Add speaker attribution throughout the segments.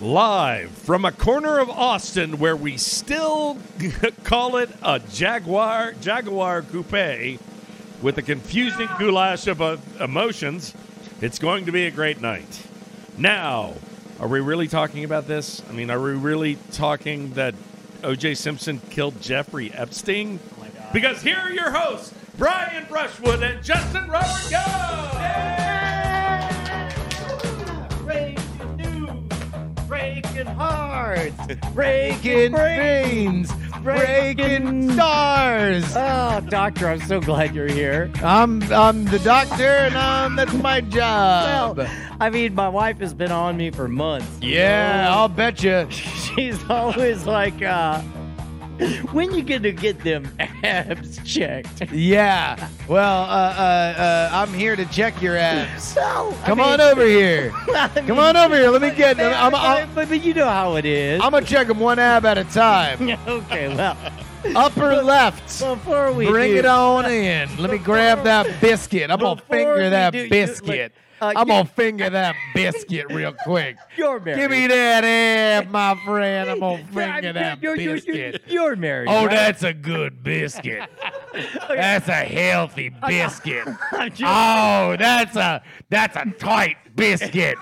Speaker 1: Live from a corner of Austin where we still call it a Jaguar Jaguar Coupe with a confusing goulash of uh, emotions. It's going to be a great night. Now, are we really talking about this? I mean, are we really talking that O.J. Simpson killed Jeffrey Epstein? Because here are your hosts, Brian Brushwood and Justin Robert Go.
Speaker 2: Breaking news, breaking hearts,
Speaker 3: Breaking veins, breaking stars.
Speaker 2: Oh, doctor, I'm so glad you're here.
Speaker 3: I'm I'm the doctor, and um, that's my job.
Speaker 2: Well,
Speaker 3: Um,
Speaker 2: I mean, my wife has been on me for months. you
Speaker 3: yeah,
Speaker 2: know?
Speaker 3: I'll bet you.
Speaker 2: she's always like, uh, "When you gonna get them abs checked?"
Speaker 3: Yeah. Well, uh, uh, uh, I'm here to check your abs.
Speaker 2: So I
Speaker 3: Come
Speaker 2: mean-
Speaker 3: on over here. Come on over here. Let me get.
Speaker 2: They are
Speaker 3: I'm, I'm,
Speaker 2: gonna- but, but you know how it is.
Speaker 3: I'm gonna check them one ab at a time.
Speaker 2: okay, well,
Speaker 3: Upper left.
Speaker 2: before we
Speaker 3: Bring
Speaker 2: do-
Speaker 3: it on in. Let me grab that biscuit. I'm gonna
Speaker 2: Before we
Speaker 3: finger that
Speaker 2: do- you-
Speaker 3: biscuit.
Speaker 2: like, uh,
Speaker 3: I'm
Speaker 2: you-
Speaker 3: gonna finger that biscuit real quick.
Speaker 2: You're married.
Speaker 3: Give me that ab, my friend. I'm gonna
Speaker 2: Yeah, I
Speaker 3: finger
Speaker 2: mean,
Speaker 3: that
Speaker 2: you're, you're, you're,
Speaker 3: biscuit.
Speaker 2: you're married.
Speaker 3: Oh,
Speaker 2: right?
Speaker 3: that's a good biscuit. That's a healthy biscuit.
Speaker 2: I'm just-
Speaker 3: Oh, that's a that's a tight biscuit.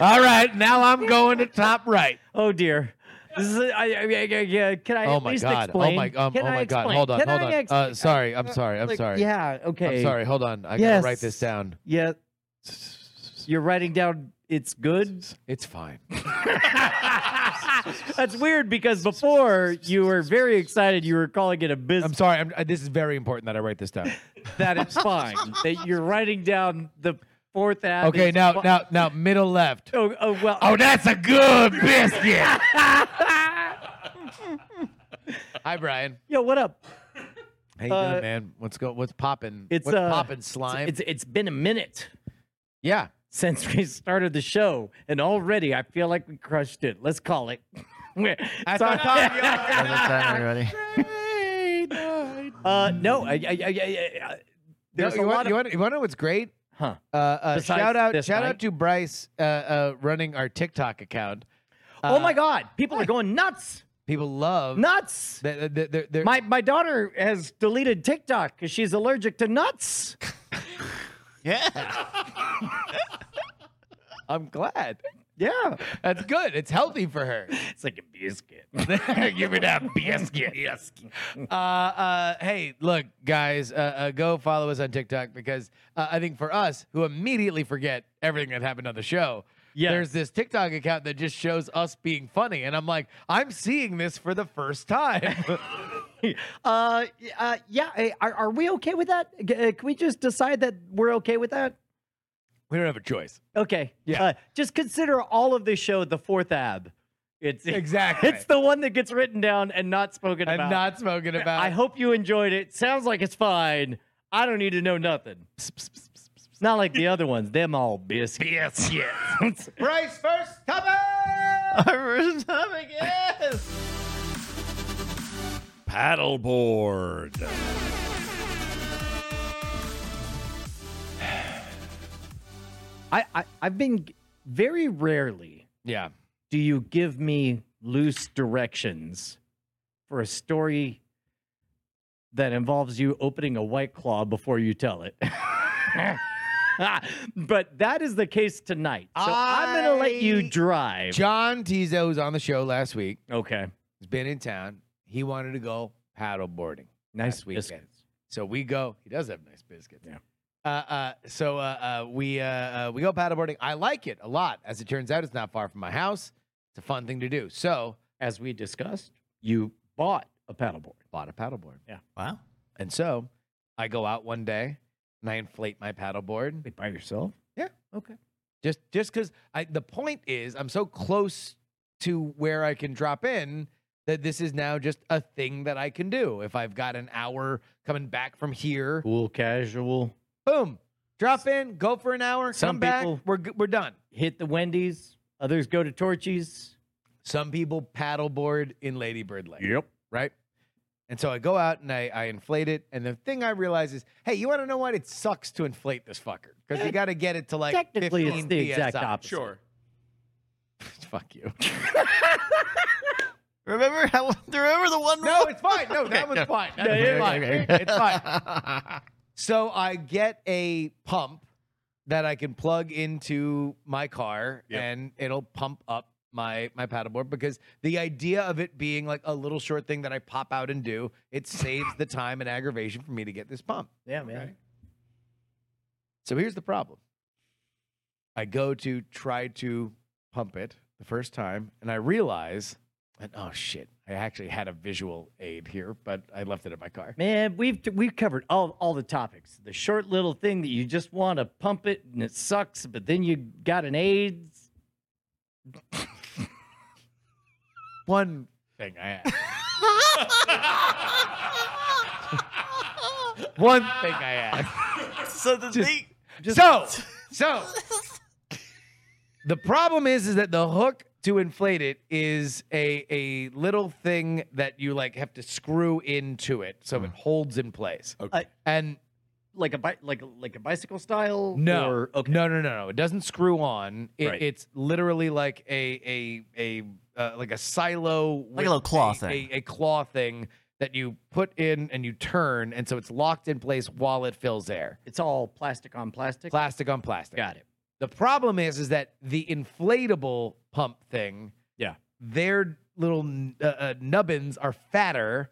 Speaker 3: All right, now I'm going to top right.
Speaker 2: Oh dear. This is, I, I, I, I, can I
Speaker 3: Oh
Speaker 2: at
Speaker 3: my
Speaker 2: least
Speaker 3: god.
Speaker 2: explain?
Speaker 3: Oh my um,
Speaker 2: Can
Speaker 3: oh
Speaker 2: I
Speaker 3: my god.
Speaker 2: explain?
Speaker 3: Hold on.
Speaker 2: Can
Speaker 3: hold
Speaker 2: I
Speaker 3: on.
Speaker 2: ex-
Speaker 3: uh, sorry. I'm sorry. I'm
Speaker 2: like,
Speaker 3: sorry.
Speaker 2: Yeah. Okay.
Speaker 3: I'm sorry. Hold on. I
Speaker 2: Yes.
Speaker 3: gotta write this down.
Speaker 2: Yeah. You're writing down. It's good.
Speaker 3: It's fine.
Speaker 2: That's weird because before you were very excited. You were calling it a
Speaker 3: I'm
Speaker 2: business.
Speaker 3: sorry. I'm, uh, this is very important that I write this down.
Speaker 2: That is fine. that you're writing down the fourth ad.
Speaker 3: Okay,
Speaker 2: is
Speaker 3: now
Speaker 2: fi-
Speaker 3: now now middle left.
Speaker 2: Oh, oh well.
Speaker 3: Oh, that's a good biscuit. Hi, Brian.
Speaker 2: Yo, what up?
Speaker 3: How you
Speaker 2: Uh,
Speaker 3: doing, man? What's go? What's popping?
Speaker 2: it's,
Speaker 3: what's
Speaker 2: uh,
Speaker 3: popping, slime?
Speaker 2: It's it's been a minute.
Speaker 3: yeah.
Speaker 2: since we started the show, and already I feel like we crushed it. Let's call it. We're-
Speaker 3: That's
Speaker 2: Sorry.
Speaker 3: our time, y'all.
Speaker 2: uh, no, I, I, I, I, I,
Speaker 3: No,
Speaker 2: there's
Speaker 3: you
Speaker 2: a
Speaker 3: want,
Speaker 2: lot
Speaker 3: you
Speaker 2: of
Speaker 3: want, you want to know what's great?
Speaker 2: huh.
Speaker 3: Uh, uh,
Speaker 2: Besides
Speaker 3: shout out,
Speaker 2: this
Speaker 3: shout
Speaker 2: night?
Speaker 3: out to Bryce uh, uh, running our TikTok account.
Speaker 2: oh my God, people are going nuts,
Speaker 3: People love
Speaker 2: nuts.
Speaker 3: They're, they're, they're, they're-
Speaker 2: My my daughter has deleted TikTok because she's allergic to nuts.
Speaker 3: I'm glad.
Speaker 2: Yeah,
Speaker 3: That's good. It's healthy for her.
Speaker 2: it's like a biscuit.
Speaker 3: Give me that biscuit. Uh, uh, hey, look, guys, uh, uh, go follow us on TikTok because uh, I think for us who immediately forget everything that happened on the show,
Speaker 2: Yes.
Speaker 3: there's this TikTok account that just shows us being funny, and I'm like, I'm seeing this for the first time.
Speaker 2: Uh, uh, yeah. hey, Are, are we okay with that? G- uh, Can we just decide that we're okay with that?
Speaker 3: we don't have a choice.
Speaker 2: Okay.
Speaker 3: Yeah.
Speaker 2: Uh, just consider all of this show the fourth ab. It's
Speaker 3: Exactly.
Speaker 2: It's the one that gets written down and not spoken
Speaker 3: I'm
Speaker 2: about.
Speaker 3: not smoking about.
Speaker 2: I hope you enjoyed it. Sounds like it's fine. I don't need to know nothing. It's not like the other ones. Them all biscuits. Biscuits.
Speaker 3: Bryce first topic. first topic, yes.
Speaker 1: Paddleboard.
Speaker 2: I, I I've been very rarely
Speaker 3: Yeah.
Speaker 2: do you give me loose directions for a story that involves you opening a white claw before you tell it. but that is the case tonight. So I... am going to let
Speaker 3: I-
Speaker 2: you drive.
Speaker 3: John Tizo was on the show last week.
Speaker 2: okay.
Speaker 3: He's been in town. He wanted to go paddle boarding.
Speaker 2: Nice
Speaker 3: Last weekend.
Speaker 2: biscuits.
Speaker 3: So we go. He does have nice biscuits.
Speaker 2: Yeah.
Speaker 3: Uh, uh, so uh, uh, we uh, uh, we go paddleboarding. I like it a lot. As it turns out, it's not far from my house. It's a fun thing to do. So
Speaker 2: As we discussed, you bought a paddleboard.
Speaker 3: bought a paddleboard,
Speaker 4: Wow.
Speaker 3: and so I go out one day and I inflate my paddleboard.
Speaker 2: Wait, by yourself?
Speaker 3: Just just because I the point is I'm so close to where I can drop in that this is now just a thing that I can do. If I've got an hour coming back from here,
Speaker 2: Cool, casual.
Speaker 3: boom, drop in, go for an hour,
Speaker 2: Some
Speaker 3: come back,
Speaker 2: people-
Speaker 3: we're g- we're done.
Speaker 2: Hit the Wendy's. Others go to Torchy's.
Speaker 3: Some people paddleboard in Ladybird Lake,
Speaker 1: Yep.
Speaker 3: right? And so I go out and I, I inflate it. And the thing I realize is, hey, you want to know what? It sucks to inflate this fucker because you got to get it to like
Speaker 2: Technically,
Speaker 3: 15
Speaker 2: it's the exact
Speaker 3: PSI.
Speaker 2: opposite.
Speaker 4: Sure.
Speaker 3: fuck you.
Speaker 4: Remember how? Remember the one?
Speaker 3: No, it's fine. No, that
Speaker 4: Okay,
Speaker 3: one's
Speaker 4: no.
Speaker 3: fine. That's
Speaker 2: Yeah, yeah,
Speaker 3: fine.
Speaker 4: okay, okay.
Speaker 3: It's fine. So I get a pump that I can plug into my car
Speaker 1: Yep.
Speaker 3: and it'll pump up my my paddleboard because the idea of it being like a little short thing that I pop out and do, it saves the time and aggravation for me to get this pump.
Speaker 2: Yeah, man.
Speaker 3: So here's the problem. I go to try to pump it the first time, and I realize that oh shit, I actually had a visual aid here, but I left it in my car.
Speaker 2: Man, we've we've covered all all the topics. The short little thing that you just want to pump it and it sucks, but then you got an AIDS.
Speaker 3: One thing I had. One thing I had.
Speaker 4: so the
Speaker 3: Just-
Speaker 4: thing.
Speaker 3: So, so the problem is, is that the hook to inflate it is a a little thing that you like have to screw into it so it holds in place.
Speaker 4: Okay.
Speaker 2: I-
Speaker 3: And
Speaker 2: Like a bi- like a, like a bicycle style.
Speaker 3: No,
Speaker 2: or- okay.
Speaker 3: no, no, no, no. It doesn't screw on. It,
Speaker 2: Right.
Speaker 3: It's literally like a a a uh, like a silo, with
Speaker 4: little claw
Speaker 3: a,
Speaker 4: thing.
Speaker 3: a, a claw thing that you put in and you turn, and so it's locked in place while it fills air.
Speaker 2: It's all plastic on plastic.
Speaker 3: Plastic on plastic.
Speaker 2: Got it.
Speaker 3: The problem is, is that the inflatable pump thing,
Speaker 2: Yeah.
Speaker 3: their little n- uh, uh, nubbins are fatter,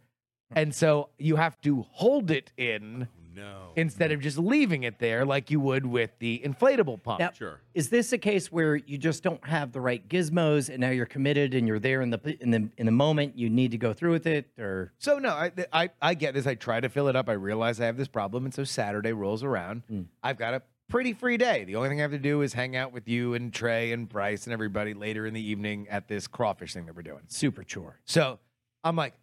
Speaker 3: and so you have to hold it in
Speaker 1: no.
Speaker 3: instead of just leaving it there like you would with the inflatable pump.
Speaker 2: Now-
Speaker 1: Sure.
Speaker 2: Is this a case where you just don't have the right gizmos and now you're committed and you're there in the p- in the in the moment you need to go through with it or
Speaker 3: So no, I, th- I I get this. I try to fill it up. I realize I have this problem, and so Saturday rolls around.
Speaker 2: Mm.
Speaker 3: I've got a pretty free day. The only thing I have to do is hang out with you and Trey and Bryce and everybody later in the evening at this crawfish thing that we're doing.
Speaker 2: super chore?
Speaker 3: So I'm like,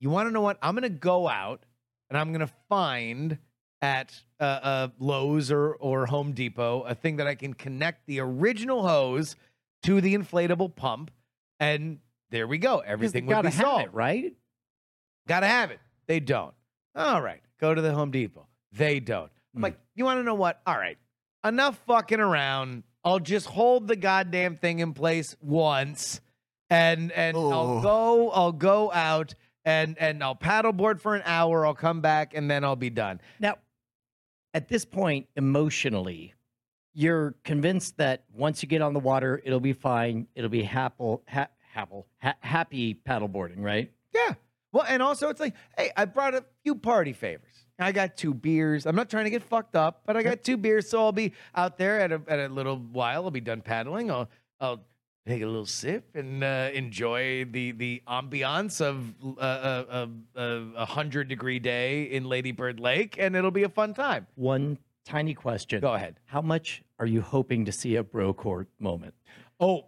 Speaker 3: you want to know what? I'm gonna go out and I'm gonna find at uh, uh, Lowe's or or Home Depot a thing that I can connect the original hose to the inflatable pump, and there we go.
Speaker 2: 'Cause they
Speaker 3: Everything would
Speaker 2: gotta
Speaker 3: be
Speaker 2: have
Speaker 3: solved.
Speaker 2: it, right?
Speaker 3: Gotta have it. They don't. All right. Go to the Home Depot. They don't. I'm
Speaker 2: Hmm.
Speaker 3: like, you want to know what? All right. Enough fucking around. I'll just hold the goddamn thing in place once, and and I'll
Speaker 4: Oh.
Speaker 3: go. I'll go out and and I'll paddleboard for an hour. I'll come back and then I'll be done.
Speaker 2: Now, at this point, emotionally, you're convinced that once you get on the water, it'll be fine. It'll be happy, ha- happy, ha- happy paddleboarding, right?
Speaker 3: Yeah. Well, and also it's like, hey, I brought a few party favors. I got two beers. I'm not trying to get fucked up, but I got two beers, so I'll be out there at a, at a little while. I'll be done paddling. I'll I'll take a little sip and uh, enjoy the the ambiance of uh, uh, uh, uh, a hundred degree day in Lady Bird Lake, and it'll be a fun time.
Speaker 2: One tiny question:
Speaker 3: Go ahead.
Speaker 2: How much are you hoping to see a bro court moment?
Speaker 3: Oh,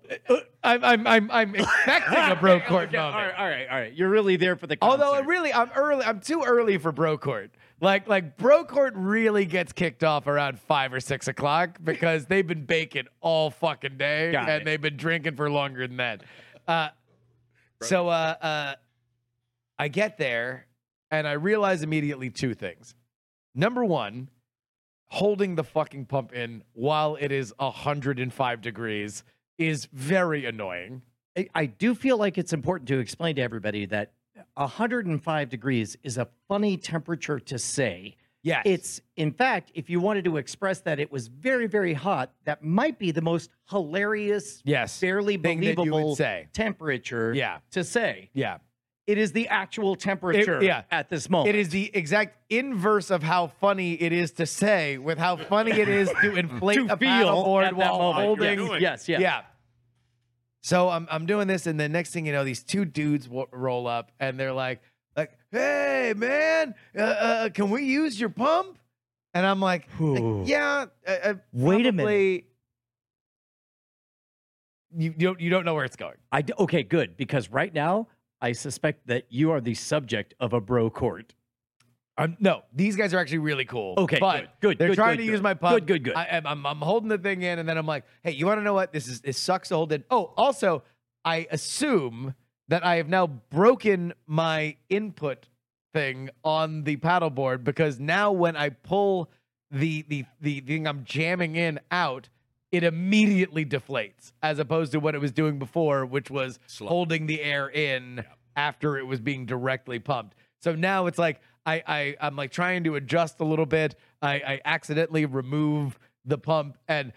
Speaker 3: I'm I'm I'm, I'm expecting a bro court
Speaker 2: Okay,
Speaker 3: moment.
Speaker 2: All right, all right, all right. You're really there for the. Concert.
Speaker 3: Although really, I'm early. I'm too early for bro court. Like like bro court really gets kicked off around five or six o'clock because they've been baking all fucking day
Speaker 2: Got
Speaker 3: and
Speaker 2: it.
Speaker 3: they've been drinking for longer than that. Uh, so uh, uh, I get there and I realize immediately two things. Number one, holding the fucking pump in while it is 105 degrees is very annoying.
Speaker 2: I- I do feel like it's important to explain to everybody that 105 degrees is a funny temperature to say.
Speaker 3: Yes.
Speaker 2: It's in fact, if you wanted to express that it was very, very hot, that might be the most hilarious,
Speaker 3: yes.
Speaker 2: barely
Speaker 3: Thing that you would
Speaker 2: believable
Speaker 3: say.
Speaker 2: temperature
Speaker 3: Yeah.
Speaker 2: to say.
Speaker 3: Yeah.
Speaker 2: It is the actual temperature
Speaker 3: yeah.
Speaker 2: at this moment.
Speaker 3: It is the exact inverse of how funny it is to say, with how funny it is to inflate
Speaker 2: to
Speaker 3: a
Speaker 2: feel
Speaker 3: paddleboard
Speaker 2: at that
Speaker 3: while
Speaker 2: moment.
Speaker 3: holding.
Speaker 1: doing it.
Speaker 2: Yes, yes,
Speaker 3: Yeah.
Speaker 2: yeah.
Speaker 3: So I'm I'm doing this, and the next thing you know, these two dudes w- roll up, and they're like, like, hey man, uh, uh, can we use your pump? And I'm like,
Speaker 2: Ooh.
Speaker 3: yeah. Uh, uh,
Speaker 2: Wait a minute.
Speaker 3: probably- You, you don't you don't know where it's going.
Speaker 2: I d- okay, good because right now I suspect that you are the subject of a bro court.
Speaker 3: I'm no. These guys are actually really cool.
Speaker 2: Okay,
Speaker 3: but
Speaker 2: good, good,
Speaker 3: They're
Speaker 2: good,
Speaker 3: trying
Speaker 2: good,
Speaker 3: to use
Speaker 2: good.
Speaker 3: my pump.
Speaker 2: Good, good, good.
Speaker 3: I, am I'm, I'm holding the thing in, and then I'm like, hey, you want to know what this is? It sucks to hold it. Oh, also, I assume that I have now broken my input thing on the paddleboard because now when I pull the the the thing I'm jamming in out, it immediately deflates as opposed to what it was doing before, which was holding the air in after it was being directly pumped. So now it's like I, I I'm like trying to adjust a little bit. I, I accidentally remove the pump and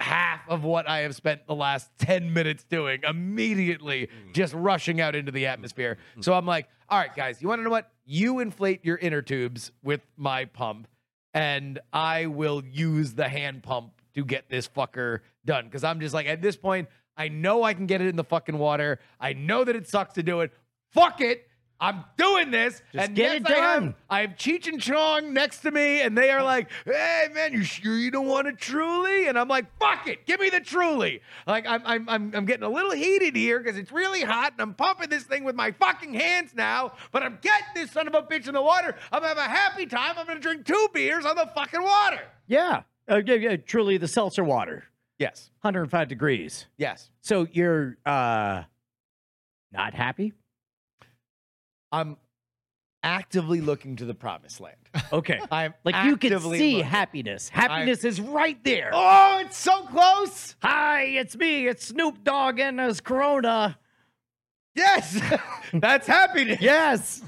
Speaker 3: half of what I have spent the last 10 minutes doing immediately just rushing out into the atmosphere. So I'm like, all right, guys, you want to know what? You inflate your inner tubes with my pump, and I will use the hand pump to get this fucker done. Because I'm just like, at this point, I know I can get it in the fucking water. I know that it sucks to do it. Fuck it. I'm doing this.
Speaker 2: Just get it
Speaker 3: I have-
Speaker 2: done.
Speaker 3: I have Cheech and Chong next to me, and they are like, "Hey, man, you sure you don't want a truly?" And I'm like, "Fuck it, give me the truly." Like, I'm I'm I'm, I'm getting a little heated here because it's really hot, and I'm pumping this thing with my fucking hands now. But I'm getting this son of a bitch in the water. I'm gonna have a happy time. I'm gonna drink two beers on the fucking water.
Speaker 2: Yeah. Uh, yeah, yeah, truly the seltzer water,
Speaker 3: Yes,
Speaker 2: 105 degrees.
Speaker 3: yes.
Speaker 2: So you're uh not happy?
Speaker 3: I'm actively looking to the promised land.
Speaker 2: Okay.
Speaker 3: I'm
Speaker 2: Like you can
Speaker 3: actively
Speaker 2: see
Speaker 3: looking.
Speaker 2: happiness. Happiness is right there.
Speaker 3: Oh, it's so close.
Speaker 2: Hi, it's me. It's Snoop Dogg and his Corona.
Speaker 3: Yes, that's happiness.
Speaker 2: Yes.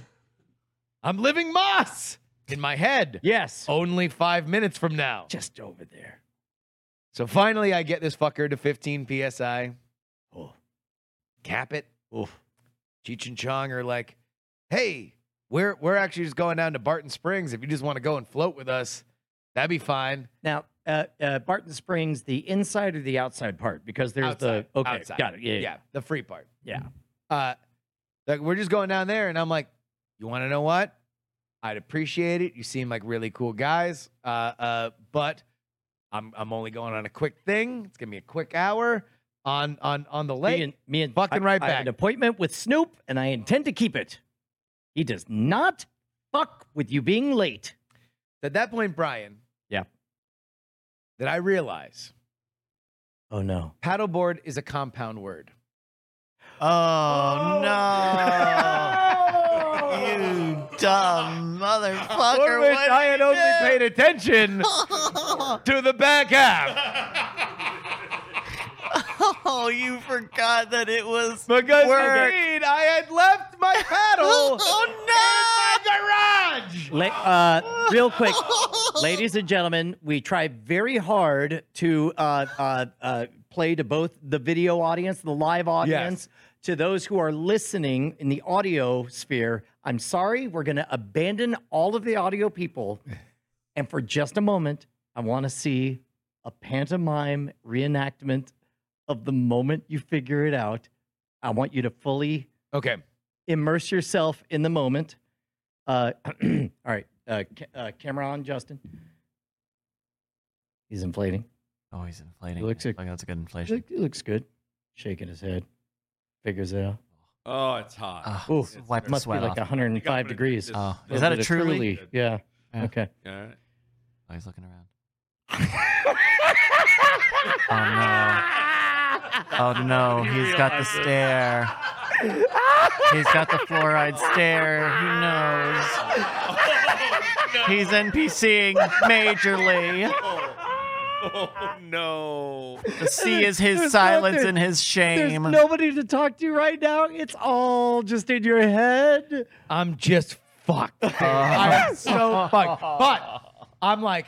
Speaker 3: I'm living Moss in my head.
Speaker 2: Yes.
Speaker 3: Only five minutes from now.
Speaker 2: Just over there.
Speaker 3: So finally, I get this fucker to 15 psi.
Speaker 2: Oh.
Speaker 3: Cap it. Oof. Cheech and Chong are like, hey, we're we're actually just going down to Barton Springs. If you just want to go and float with us, that'd be fine.
Speaker 2: Now, uh, uh, Barton Springs, the inside or the outside part? Because there's
Speaker 3: Outside,
Speaker 2: the okay,
Speaker 3: outside.
Speaker 2: got it. Yeah, yeah,
Speaker 3: yeah, the free part.
Speaker 2: yeah.
Speaker 3: uh, like we're just going down there, and I'm like, you want to know what? I'd appreciate it. You seem like really cool guys, uh, uh, but I'm I'm only going on a quick thing. It's gonna be a quick hour on on on the lake.
Speaker 2: Me and, me and
Speaker 3: fucking
Speaker 2: I-
Speaker 3: right
Speaker 2: I have an
Speaker 3: back.
Speaker 2: appointment with Snoop, and I intend to keep it. He does not fuck with you being late.
Speaker 3: At that point, Brian.
Speaker 2: Yeah.
Speaker 3: That I realize
Speaker 2: Oh no.
Speaker 3: paddleboard is a compound word.
Speaker 4: Oh, no. you dumb motherfucker.
Speaker 3: wish
Speaker 4: what
Speaker 3: I had
Speaker 4: you
Speaker 3: only
Speaker 4: did?
Speaker 3: paid attention to the back half
Speaker 4: Oh, you forgot that it was.
Speaker 3: because
Speaker 4: Word.
Speaker 3: indeed I had left my paddle
Speaker 4: Oh,
Speaker 3: in my garage.
Speaker 2: La- uh, real quick, ladies and gentlemen, we try very hard to uh, uh, uh, play to both the video audience, the live audience, to those who are listening in the audio sphere. I'm sorry, we're going to abandon all of the audio people. And for just a moment, I want to see a pantomime reenactment of the moment you figure it out. I want you to fully
Speaker 3: Okay.
Speaker 2: immerse yourself in the moment. Uh, all right, uh, ca- uh, camera on, Justin. He's inflating.
Speaker 5: Oh, he's inflating.
Speaker 2: Looks like-
Speaker 5: like that's a good
Speaker 2: He
Speaker 5: inflation.
Speaker 2: look- he looks good. Shaking his head, figures it out.
Speaker 1: Oh, it's hot.
Speaker 5: Ah,
Speaker 2: Ooh,
Speaker 5: s- wipe the
Speaker 2: Must be
Speaker 5: sweat
Speaker 2: like
Speaker 5: off.
Speaker 2: 105
Speaker 1: gonna do
Speaker 2: degrees.
Speaker 1: this.
Speaker 5: Oh,
Speaker 1: a
Speaker 5: is that
Speaker 2: Bit
Speaker 5: a
Speaker 2: of
Speaker 5: truly?
Speaker 2: Yeah.
Speaker 5: Yeah.
Speaker 2: Okay.
Speaker 1: All right.
Speaker 5: Oh, he's looking around. oh no! Oh no! He's got the stare. He's got the fluoride stare. He knows. He's NPCing majorly.
Speaker 1: Oh no!
Speaker 5: The C is his
Speaker 2: There's
Speaker 5: silence
Speaker 2: nothing-
Speaker 5: and his
Speaker 2: There's
Speaker 5: shame.
Speaker 2: nobody to talk to right now. It's all just in your head.
Speaker 3: I'm just fucked. dude. I'm so fucked. But I'm like,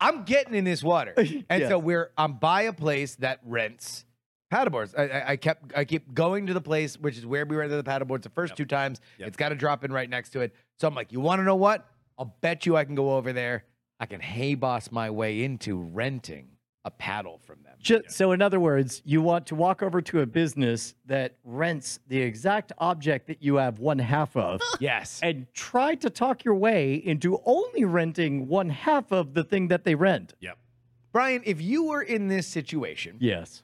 Speaker 3: I'm getting in this water, and so we're I'm by a place that rents paddleboards. I, I, I kept I keep going to the place, which is where we rented the paddleboards the first two times.
Speaker 1: Yep.
Speaker 3: It's got a drop in right next to it. So I'm like, you want to know what? I'll bet you I can go over there. I can hay boss my way into renting a paddle from them.
Speaker 2: Ju- So, in other words, you want to walk over to a business that rents the exact object that you have one half of
Speaker 3: Yes.
Speaker 2: and try to talk your way into only renting one half of the thing that they rent.
Speaker 1: Yep.
Speaker 3: Brian, if you were in this situation,
Speaker 2: Yes.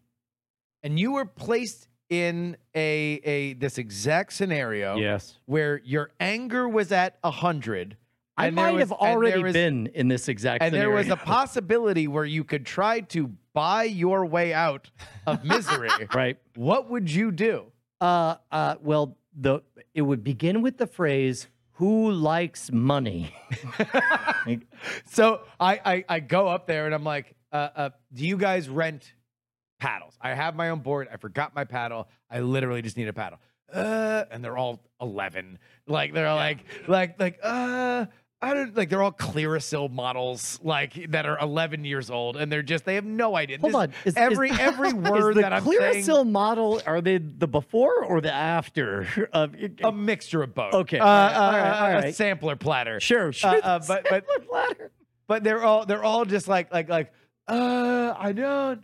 Speaker 3: and you were placed in a a this exact scenario
Speaker 2: Yes.
Speaker 3: where your anger was at 100
Speaker 2: I
Speaker 3: and there
Speaker 2: might
Speaker 3: was-
Speaker 2: have
Speaker 3: and there
Speaker 2: already
Speaker 3: was-
Speaker 2: been in this exact
Speaker 3: and there
Speaker 2: scenario.
Speaker 3: was a possibility where you could try to buy your way out of misery
Speaker 2: right.
Speaker 3: what would you do
Speaker 2: Uh, uh, well, the it would begin with the phrase "Who likes money?"
Speaker 3: so I, I i go up there and i'm like uh, uh, do you guys rent paddles? I have my own board. I forgot my paddle. I literally just need a paddle. Uh, and they're all 11. Like, they're all like, like, like, uh, I don't like they're all Clearasil models like that are 11 years old and they're just they have no idea.
Speaker 2: Hold
Speaker 3: This-
Speaker 2: on. Is,
Speaker 3: every
Speaker 2: is,
Speaker 3: every
Speaker 2: is
Speaker 3: word
Speaker 2: the
Speaker 3: that I'm
Speaker 2: Clearasil
Speaker 3: saying
Speaker 2: model are they the before or the after of?
Speaker 3: a mixture of both.
Speaker 2: Okay,
Speaker 3: Uh,
Speaker 2: all right,
Speaker 3: uh,
Speaker 2: all right, all
Speaker 3: a
Speaker 2: right.
Speaker 3: sampler platter.
Speaker 2: sure,
Speaker 3: Uh,
Speaker 2: sure.
Speaker 3: uh, but but
Speaker 2: Ladder.
Speaker 3: but they're all they're all just like like like uh I don't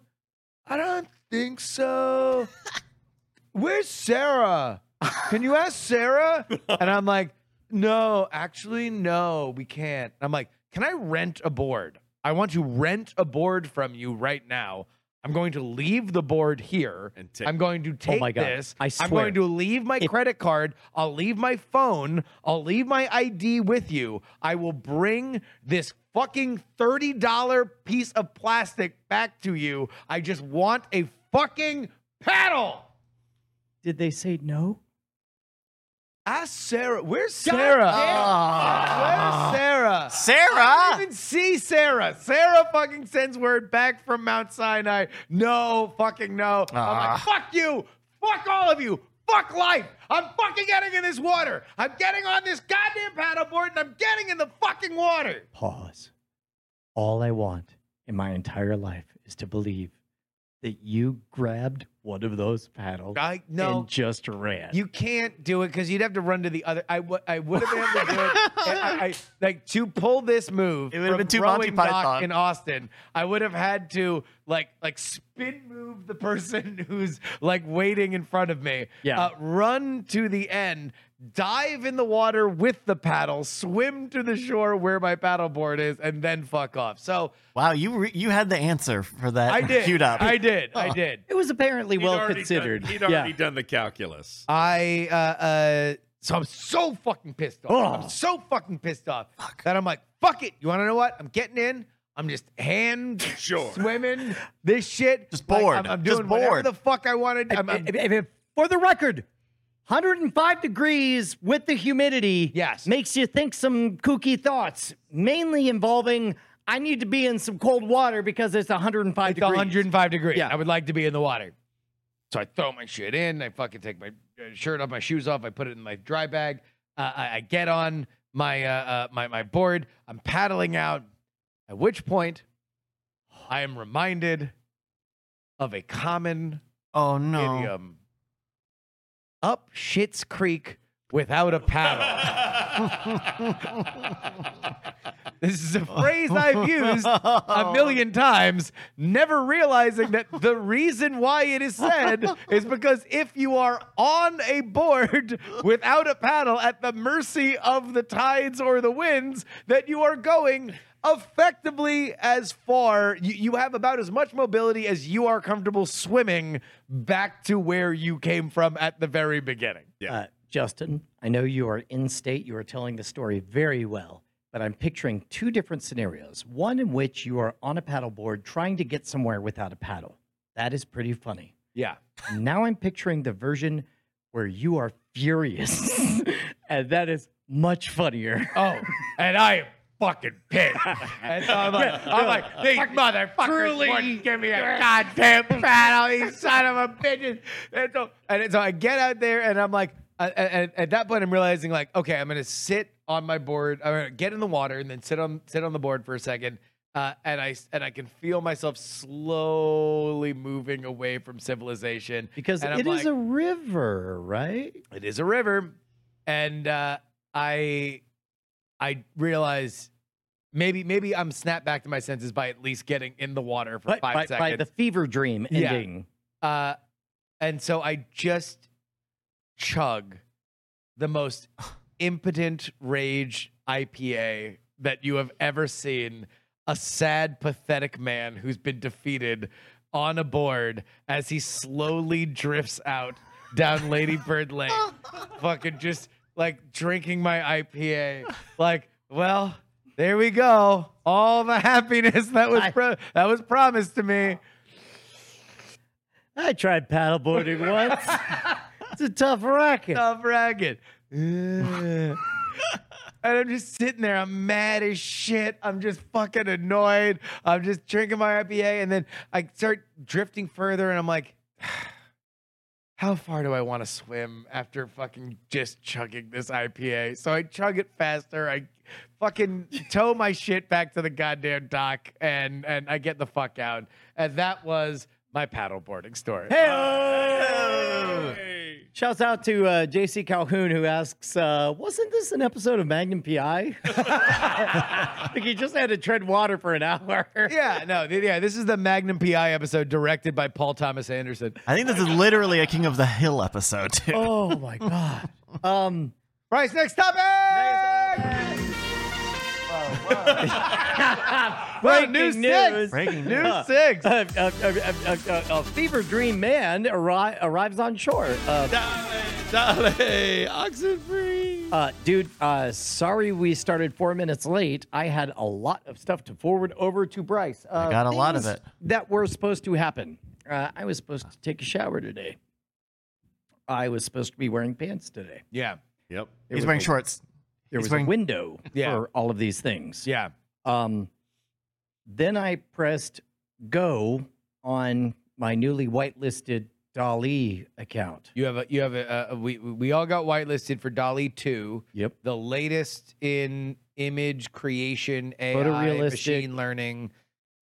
Speaker 3: I don't think so. Where's Sarah? Can you ask Sarah? And I'm like, no, actually, no, we can't. I'm like, can I rent a board? I want to rent a board from you right now. I'm going to leave the board here.
Speaker 1: And take-
Speaker 3: I'm going to take
Speaker 2: Oh my God.
Speaker 3: this.
Speaker 2: I
Speaker 3: I'm
Speaker 2: swear.
Speaker 3: going to leave my credit card. I'll leave my phone. I'll leave my ID with you. I will bring this fucking $30 piece of plastic back to you. I just want a fucking paddle.
Speaker 2: Did they say no?
Speaker 3: Ask Sarah. Where's Sarah?
Speaker 5: Ah.
Speaker 3: Where's Sarah? I didn't
Speaker 5: Sarah!
Speaker 3: even see Sarah. Sarah fucking sends word back from Mount Sinai. No, fucking no. I'm
Speaker 5: Ah.
Speaker 3: like, fuck you. Fuck all of you. Fuck life. I'm fucking getting in this water. I'm getting on this goddamn paddleboard and I'm getting in the fucking water.
Speaker 2: Pause. All I want in my entire life is to believe that you grabbed one of those paddles
Speaker 3: I no.
Speaker 2: and just ran.
Speaker 3: You can't do it because you'd have to run to the other. I would. I would have been able to do it. And I, I- like to pull this move.
Speaker 5: It would've
Speaker 3: from
Speaker 5: been too Monty
Speaker 3: rowing dock
Speaker 5: Python.
Speaker 3: in Austin. I would have had to like like spin move the person who's like waiting in front of me.
Speaker 2: Yeah.
Speaker 3: Uh, run to the end. Dive in the water with the paddle. Swim to the shore where my paddleboard is, and then fuck off. So
Speaker 5: Wow, you re- you had the answer for that
Speaker 3: I did.
Speaker 5: queued up.
Speaker 3: I did. I did.
Speaker 2: it was apparently
Speaker 1: He'd
Speaker 2: well
Speaker 1: already
Speaker 2: considered.
Speaker 1: Done, he'd
Speaker 2: yeah.
Speaker 1: already done the calculus.
Speaker 3: I uh, uh so I'm so fucking pissed off.
Speaker 2: Oh.
Speaker 3: I'm so fucking pissed off that I'm like, fuck it. You want to know what? I'm getting in. I'm just hand
Speaker 1: Sure.
Speaker 3: swimming this shit.
Speaker 5: Just
Speaker 3: Like,
Speaker 5: bored.
Speaker 3: I'm, I'm
Speaker 5: Just
Speaker 3: doing whatever
Speaker 5: bored.
Speaker 3: the fuck I wanted.
Speaker 2: I-
Speaker 3: I'm, I'm,
Speaker 2: I- I- I- for the record, 105 degrees with the humidity
Speaker 3: Yes.
Speaker 2: makes you think some kooky thoughts, mainly involving I need to be in some cold water because it's 105
Speaker 3: it's
Speaker 2: degrees.
Speaker 3: 105 degrees.
Speaker 2: Yeah.
Speaker 3: I would like to be in the water. So I throw my shit in. I fucking take my uh, shirt off, my shoes off. I put it in my dry bag. Uh, I, I get on my uh, uh, my my board. I'm paddling out. At which point, I am reminded of a common
Speaker 5: oh no.
Speaker 3: idiom: "Up shit's creek without a paddle." this is a phrase I've used a million times, never realizing that the reason why it is said is because if you are on a board without a paddle at the mercy of the tides or the winds, that you are going effectively as far, you, you have about as much mobility as you are comfortable swimming back to where you came from at the very beginning.
Speaker 2: Uh, Justin, I know you are in state. You are telling the story very well, but I'm picturing two different scenarios. One in which you are on a paddleboard trying to get somewhere without a paddle. That is pretty funny.
Speaker 3: Yeah.
Speaker 2: now I'm picturing the version where you are furious, and that is much funnier.
Speaker 3: Oh, and I am fucking pissed. And so I'm like, I'm like, these motherfuckers wouldn't give me a goddamn paddle, these son of a bitches. And so, and so I get out there and I'm like, I- I- and at that point I'm realizing like, okay, I'm gonna sit on my board, I'm gonna get in the water and then sit on sit on the board for a second. Uh, and I and I can feel myself slowly moving away from civilization
Speaker 2: Because
Speaker 3: And
Speaker 2: it
Speaker 3: I'm
Speaker 2: is
Speaker 3: like-
Speaker 2: a river, right?
Speaker 3: it is a river and uh, i i realize maybe maybe i'm snapped back to my senses by at least getting in the water for
Speaker 2: By,
Speaker 3: five
Speaker 2: by- by
Speaker 3: seconds
Speaker 2: the fever dream
Speaker 3: Yeah.
Speaker 2: ending.
Speaker 3: uh, and so I just chug the most impotent rage IPA that you have ever seen. A sad, pathetic man who's been defeated on a board as he slowly drifts out down Lady Bird Lane. Fucking just like drinking my IPA. Like, well, there we go. All the happiness that was
Speaker 2: I-
Speaker 3: pro- that was promised to me.
Speaker 2: I tried paddleboarding once.
Speaker 3: Oh.
Speaker 2: it's a tough racket.
Speaker 3: tough racket. Uh. And I'm just sitting there. I'm mad as shit. I'm just fucking annoyed. I'm just drinking my IPA. And then I start drifting further and I'm like, how far do I want to swim after fucking just chugging this IPA? So I chug it faster. I fucking tow my shit back to the goddamn dock and and I get the fuck out. And that was my paddleboarding story.
Speaker 1: Hey!
Speaker 2: Shouts out to uh, JC Calhoun who asks, uh, wasn't this an episode of Magnum PI? like he just had to tread water for an hour.
Speaker 3: Yeah, no, th- yeah. This is the Magnum PI episode directed by Paul Thomas Anderson.
Speaker 5: I think this is literally a King of the Hill episode. Too.
Speaker 2: Oh my god. Um,
Speaker 3: Bryce, next topic.
Speaker 2: breaking
Speaker 3: new six.
Speaker 2: news.
Speaker 5: Breaking news.
Speaker 3: New six.
Speaker 2: A, a, a, a, a- a fever dream man arri- arrives on shore. Uh,
Speaker 1: Dale, dale, oxen free.
Speaker 2: uh, dude, uh, sorry we started four minutes late. I had a lot of stuff to forward over to Bryce. Uh,
Speaker 5: got a lot of
Speaker 2: things
Speaker 5: it.
Speaker 2: That were supposed to happen. Uh, I was supposed to take a shower today. I was supposed to be wearing pants today.
Speaker 3: Yeah,
Speaker 1: Yep.
Speaker 2: There
Speaker 5: He's
Speaker 2: was
Speaker 5: wearing
Speaker 2: a-
Speaker 5: shorts.
Speaker 2: There
Speaker 5: he's
Speaker 2: was
Speaker 5: wearing-
Speaker 2: a window
Speaker 3: Yeah.
Speaker 2: for all of these things.
Speaker 3: yeah.
Speaker 2: Um, then I pressed go on my newly whitelisted Dali account.
Speaker 3: You have a you have a, a we we all got whitelisted for Dolly two,
Speaker 2: Yep.
Speaker 3: the latest in image creation AI
Speaker 2: Photorealistic.
Speaker 3: machine learning.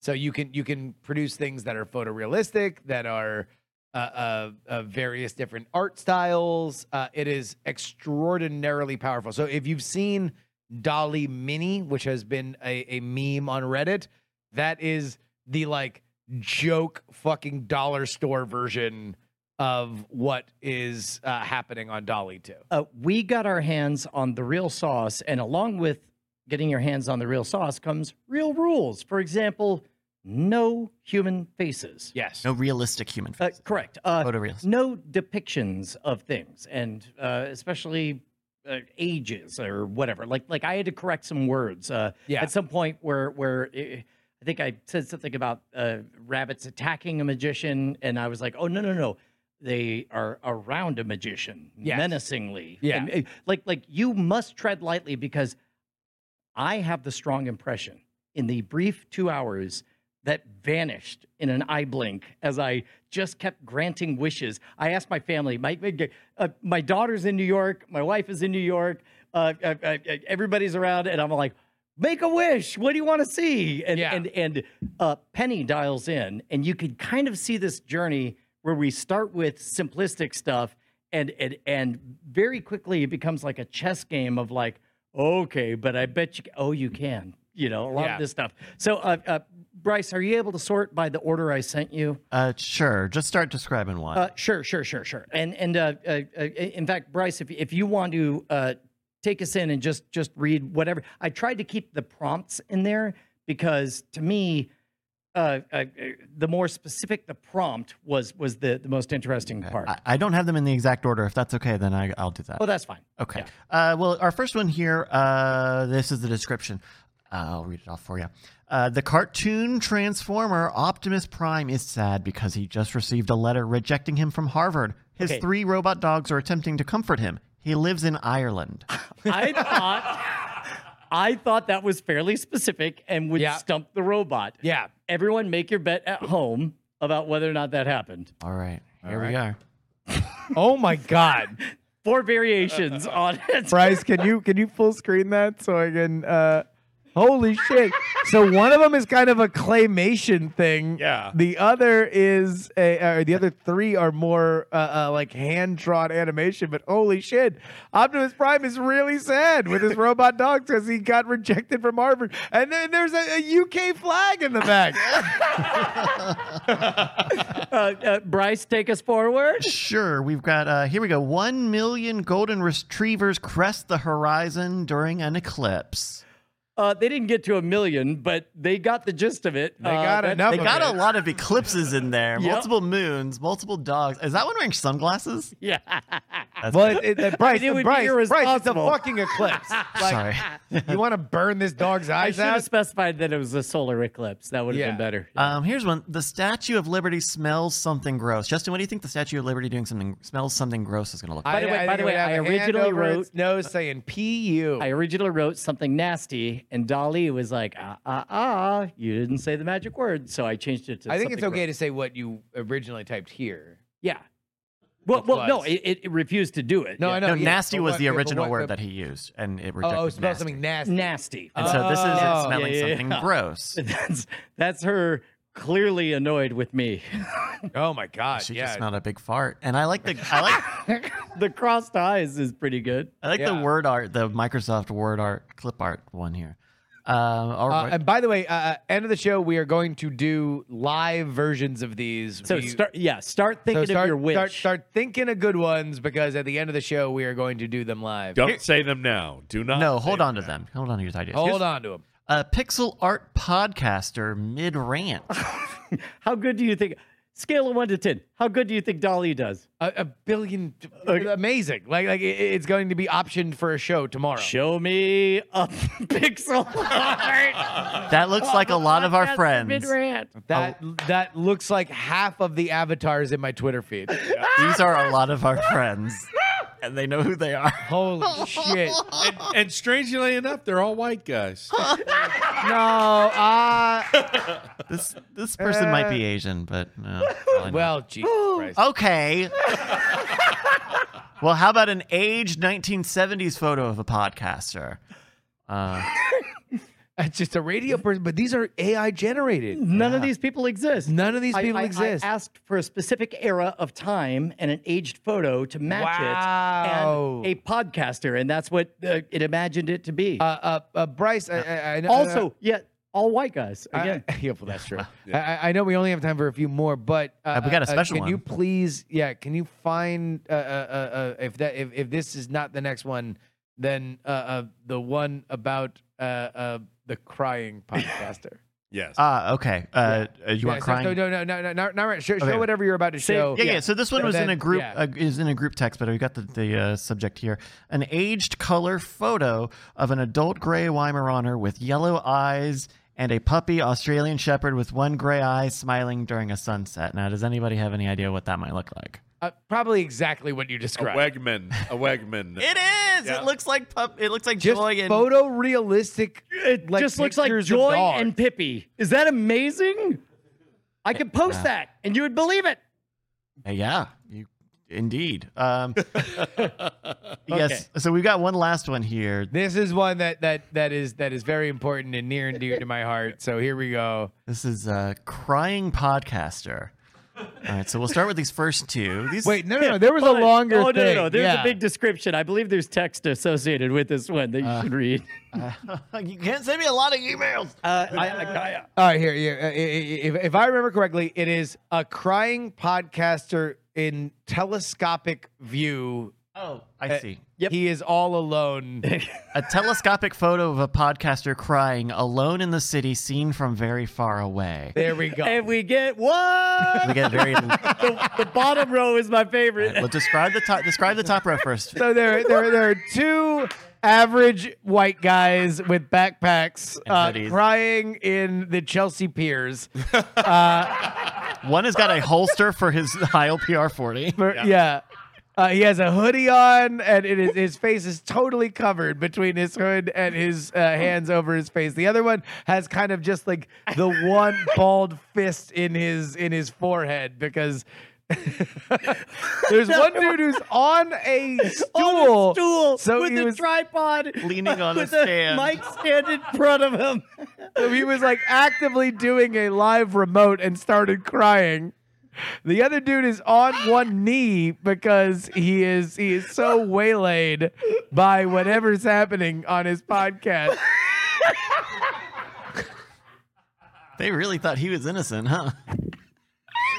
Speaker 3: So you can you can produce things that are photorealistic that are uh, uh, uh, various different art styles. Uh, it is extraordinarily powerful. So if you've seen Dolly Mini, which has been a, a meme on Reddit, that is the like joke fucking dollar store version of what is uh, happening on Dolly 2.
Speaker 2: Uh, we got our hands on the real sauce, and along with getting your hands on the real sauce comes real rules. For example, no human faces.
Speaker 3: Yes.
Speaker 5: No realistic human
Speaker 2: Uh,
Speaker 5: face.
Speaker 2: correct. Uh,
Speaker 5: Photorealistic.
Speaker 2: no depictions of things, and uh, especially uh, ages or whatever. Like like I had to correct some words uh,
Speaker 3: Yeah.
Speaker 2: at some point where where eh, I think I said something about uh, rabbits attacking a magician, and I was like, oh no no no. They are around a magician
Speaker 3: Yes.
Speaker 2: menacingly.
Speaker 3: Yeah.
Speaker 2: And, eh, like like you must tread lightly because I have the strong impression in the brief two hours that vanished in an eye blink as I just kept granting wishes. I asked my family, my, uh, my daughter's in New York, my wife is in New York, uh, uh, uh, everybody's around, and I'm like, make a wish. What do you want to see? And,
Speaker 3: Yeah.
Speaker 2: and, and uh, Penny dials in, and you could kind of see this journey where we start with simplistic stuff and and and very quickly it becomes like a chess game of like okay but i bet you oh you can you know a lot
Speaker 3: Yeah.
Speaker 2: of this stuff so uh, uh, bryce are you able to sort by the order i sent you
Speaker 5: Uh, sure. Just start describing one.
Speaker 2: uh, sure sure sure sure and and uh, uh, uh, in fact bryce if, if you want to uh, take us in and just just read whatever i tried to keep the prompts in there because to me uh, uh, uh, the more specific the prompt was was the, the most interesting part
Speaker 5: I, I don't have them in the exact order. If that's okay, then I, I'll do that.
Speaker 2: oh that's fine
Speaker 5: Okay. Uh, well, our first one here. Uh, this is the description. Uh, I'll read it off for you. Uh, the cartoon transformer Optimus Prime is sad because he just received a letter rejecting him from Harvard. His
Speaker 2: Okay.
Speaker 5: three robot dogs are attempting to comfort him. He lives in Ireland.
Speaker 2: I thought I thought that was fairly specific and would
Speaker 3: Yeah.
Speaker 2: stump the robot.
Speaker 3: Yeah.
Speaker 2: Everyone make your bet at home about whether or not that happened.
Speaker 5: All right. Here we are.
Speaker 3: Oh my god.
Speaker 2: Four variations on it.
Speaker 3: Bryce, can you can you full screen that so I can uh holy shit. So one of them is kind of a claymation thing.
Speaker 1: Yeah.
Speaker 3: The other is a or the other three are more uh, uh like hand drawn animation, but holy shit. Optimus Prime is really sad with his robot dog because he got rejected from Harvard. And then there's a, a UK flag in the back.
Speaker 2: Uh, uh, Bryce, take us forward.
Speaker 5: Sure. We've got, uh, here we go. One million golden retrievers crest the horizon during an eclipse.
Speaker 2: Uh, they didn't get to a million, but they got the gist of it.
Speaker 3: They
Speaker 2: Uh,
Speaker 3: got
Speaker 2: that-
Speaker 3: enough.
Speaker 5: They
Speaker 3: of
Speaker 5: got
Speaker 3: it.
Speaker 5: a lot of eclipses in there.
Speaker 2: Yep.
Speaker 5: Multiple moons, multiple dogs. Is that one wearing sunglasses?
Speaker 2: Yeah.
Speaker 3: Well, it, it, uh, Bryce,
Speaker 2: mean, it would be
Speaker 3: Bryce, Bryce, it's a
Speaker 2: irresponsible.
Speaker 3: fucking eclipse. Like,
Speaker 5: Sorry.
Speaker 3: you want to burn this dog's
Speaker 2: I
Speaker 3: eyes
Speaker 2: should have
Speaker 3: out?
Speaker 2: specified that it was a solar eclipse. That would have
Speaker 3: Yeah.
Speaker 2: been better.
Speaker 5: Um, here's one. The Statue of Liberty smells something gross. Justin, what do you think the Statue of Liberty doing something smells something gross is going to look like?
Speaker 2: By the way- by
Speaker 3: think
Speaker 2: the
Speaker 3: it
Speaker 2: way,
Speaker 3: would have
Speaker 2: I
Speaker 3: a hand
Speaker 2: originally
Speaker 3: over its
Speaker 2: wrote-
Speaker 3: nose saying "pu."
Speaker 2: I originally wrote something nasty, and Dolly was like, ah, ah, ah, you didn't say the magic word. So I changed it to
Speaker 3: I think it's
Speaker 2: something
Speaker 3: okay
Speaker 2: gross.
Speaker 3: to say what you originally typed here.
Speaker 2: Yeah. Well,
Speaker 3: It
Speaker 2: well no,
Speaker 3: was.
Speaker 2: it, it- it refused to do it.
Speaker 3: No,
Speaker 2: yeah.
Speaker 3: I know.
Speaker 5: no,
Speaker 3: yeah,
Speaker 5: nasty
Speaker 3: but
Speaker 5: was
Speaker 3: what-
Speaker 5: the
Speaker 3: yeah, but
Speaker 5: original
Speaker 3: what
Speaker 5: word
Speaker 3: the-
Speaker 5: that he used, and it
Speaker 3: Oh,
Speaker 5: rejected
Speaker 3: oh spell
Speaker 5: nasty.
Speaker 3: something nasty.
Speaker 2: Nasty.
Speaker 5: And so this is
Speaker 3: Oh.
Speaker 5: it smelling
Speaker 2: Yeah, yeah,
Speaker 5: something
Speaker 2: yeah.
Speaker 5: gross.
Speaker 2: that's, that's her clearly annoyed with me.
Speaker 3: Oh my god!
Speaker 5: She
Speaker 3: yeah.
Speaker 5: just smelled a big fart. And I like the I like
Speaker 2: the crossed eyes is pretty good.
Speaker 5: I like
Speaker 3: Yeah.
Speaker 5: the word art, the Microsoft word art clip art one here. Um, all
Speaker 3: Uh,
Speaker 5: right.
Speaker 3: and by the way, uh, uh, end of the show, we are going to do live versions of these.
Speaker 2: So
Speaker 3: We-
Speaker 2: start, yeah, start
Speaker 3: so
Speaker 2: thinking
Speaker 3: start-
Speaker 2: of your wish.
Speaker 3: Start, start thinking of good ones because at the end of the show, we are going to do them live.
Speaker 1: Don't say them now. Do not.
Speaker 5: no,
Speaker 1: say
Speaker 5: hold
Speaker 1: them
Speaker 5: on to
Speaker 1: now.
Speaker 5: them. Hold on to your ideas.
Speaker 3: Hold on to them.
Speaker 5: A pixel art podcaster mid rant.
Speaker 2: How good do you think? Scale of one to ten. How good do you think Dolly does?
Speaker 3: A, a billion, amazing! Like, like it- it's going to be optioned for a show tomorrow.
Speaker 2: Show me a pixel art.
Speaker 5: That looks like a lot of our
Speaker 2: Podcast
Speaker 5: friends.
Speaker 2: mid-rant.
Speaker 3: That that looks like half of the avatars in my Twitter feed.
Speaker 5: These are a lot of our friends, and they know who they are.
Speaker 3: Holy shit!
Speaker 1: And, and strangely enough, they're all white guys.
Speaker 3: No, uh,
Speaker 5: This this person might be Asian, but no. probably not.
Speaker 3: well, Jesus Christ.
Speaker 5: okay. well, how about an aged 1970s photo of a podcaster? Uh,
Speaker 3: It's just a radio person, but these are AI generated.
Speaker 2: None of these people exist.
Speaker 3: None of these
Speaker 2: I-
Speaker 3: people
Speaker 2: I, I
Speaker 3: exist.
Speaker 2: asked for a specific era of time and an aged photo to match
Speaker 3: Wow. Oh.
Speaker 2: it, and a podcaster, and that's what uh, it imagined it to be.
Speaker 3: uh, uh, uh, Bryce, I, I, I know.
Speaker 2: also, yeah, all white guys
Speaker 3: I,
Speaker 2: again.
Speaker 3: I- yeah, well, that's true. I, I- I know we only have time for a few more, but uh,
Speaker 5: Uh, we got a
Speaker 3: uh, uh,
Speaker 5: special
Speaker 3: Can you
Speaker 5: one.
Speaker 3: please, yeah, can you find uh, uh, uh, uh, if that if, if this is not the next one, then uh, uh, the one about uh, uh, the crying podcaster.
Speaker 1: Yes.
Speaker 5: ah, okay. Uh, uh, you
Speaker 3: Yeah,
Speaker 5: want
Speaker 3: so-
Speaker 5: crying?
Speaker 3: So, no, no, no, no, no, no, right. Show,
Speaker 5: Okay.
Speaker 3: show whatever you're about to show.
Speaker 5: yeah, yeah, So this one
Speaker 3: So
Speaker 5: was in
Speaker 3: then-
Speaker 5: a group
Speaker 3: yeah.
Speaker 5: uh, is in a group text, but we got the, the uh, subject here. An aged color photo of an adult gray Weimaraner with yellow eyes and a puppy Australian Shepherd with one gray eye smiling during a sunset. Now, does anybody have any idea what that might look like?
Speaker 3: Uh, probably exactly what you
Speaker 1: a
Speaker 3: described.
Speaker 1: Wegman. A Wegman.
Speaker 5: It is.
Speaker 1: Yeah.
Speaker 5: It looks like pup. It looks like
Speaker 3: Just
Speaker 5: joy and
Speaker 3: photorealistic.
Speaker 2: It
Speaker 3: like,
Speaker 2: just looks like
Speaker 3: pictures of
Speaker 2: Joy
Speaker 3: dogs.
Speaker 2: and Pippi. Is that amazing? I could post
Speaker 5: Yeah.
Speaker 2: that and you would believe it.
Speaker 5: Uh, Yeah, you indeed. Um, Yes. So we've got one last one here.
Speaker 3: This is one that that that is that is very important and near and dear to my heart. So here we go.
Speaker 5: This is a crying podcaster. All right, so we'll start with these first two. These
Speaker 3: Wait, no, no, no. There was a longer
Speaker 2: Oh, no,
Speaker 3: thing.
Speaker 2: no, no. There's
Speaker 3: Yeah.
Speaker 2: a big description. I believe there's text associated with this one that you
Speaker 3: Uh,
Speaker 2: should read.
Speaker 5: you can't send me a lot of emails.
Speaker 2: Uh, I, I, I,
Speaker 3: All right, here. here. Uh, i- i- If, if I remember correctly, it is a crying podcaster in telescopic view. Uh,
Speaker 5: Oh, I see.
Speaker 2: Yep.
Speaker 3: He is all alone.
Speaker 5: A telescopic photo of a podcaster crying alone in the city, seen from very far away.
Speaker 3: there we go.
Speaker 2: and we get what?
Speaker 5: We get very. All
Speaker 2: the, the bottom row is my favorite.
Speaker 5: right, well, describe the top. Describe the top row first.
Speaker 3: so there, there, there are two average white guys with backpacks
Speaker 5: And
Speaker 3: uh,
Speaker 5: hoodies.
Speaker 3: crying in the Chelsea piers.
Speaker 5: One has got a holster for his high LPR forty.
Speaker 3: For- yeah. Uh, he has a hoodie on, and it is, his face is totally covered between his hood and his uh, hands over his face. The other one has kind of just like the one bald fist in his in his forehead because there's one dude who's on a stool,
Speaker 2: On a stool
Speaker 3: so
Speaker 2: with
Speaker 3: he
Speaker 2: a
Speaker 3: was-
Speaker 2: tripod,
Speaker 5: Leaning on a
Speaker 2: with
Speaker 5: stand.
Speaker 2: mic stand in front of him.
Speaker 3: So he was like actively doing a live remote and started crying. The other dude is on one knee because he is he is so waylaid by whatever's happening on his podcast.
Speaker 5: They really thought he was innocent, huh? They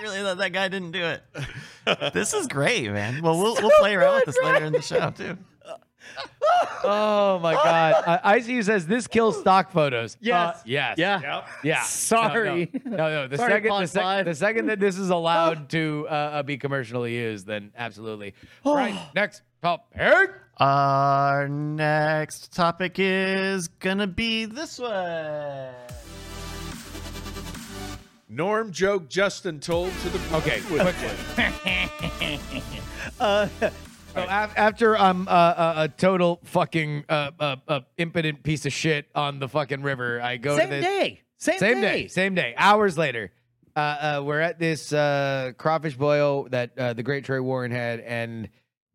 Speaker 5: really thought that guy didn't do it. This is great, man. Well, we'll, we'll play around with this later in the show too.
Speaker 3: Oh my god. Uh, ICU says this kills stock photos. Uh,
Speaker 2: Yes.
Speaker 3: yes.
Speaker 2: Yeah.
Speaker 1: Yep.
Speaker 3: Yeah. No,
Speaker 2: Sorry.
Speaker 3: No, no. no. The
Speaker 2: Sorry,
Speaker 3: second the,
Speaker 2: Pond
Speaker 3: sec-
Speaker 2: Five.
Speaker 3: the second that this is allowed to uh, uh, be commercially used, then absolutely.
Speaker 2: Oh.
Speaker 3: All right. Next topic.
Speaker 5: Our next topic is gonna be this one.
Speaker 1: Norm joke Justin told to the
Speaker 3: Okay, quickly. So
Speaker 1: Right.
Speaker 3: af- after I'm uh, uh, a total fucking uh, uh, uh, impotent piece of shit on the fucking river, I go
Speaker 2: Same
Speaker 3: to this
Speaker 2: day. Same,
Speaker 3: same day, same day, hours later. Uh, uh, we're at this uh, crawfish boil that uh, the great Trey Warren had, and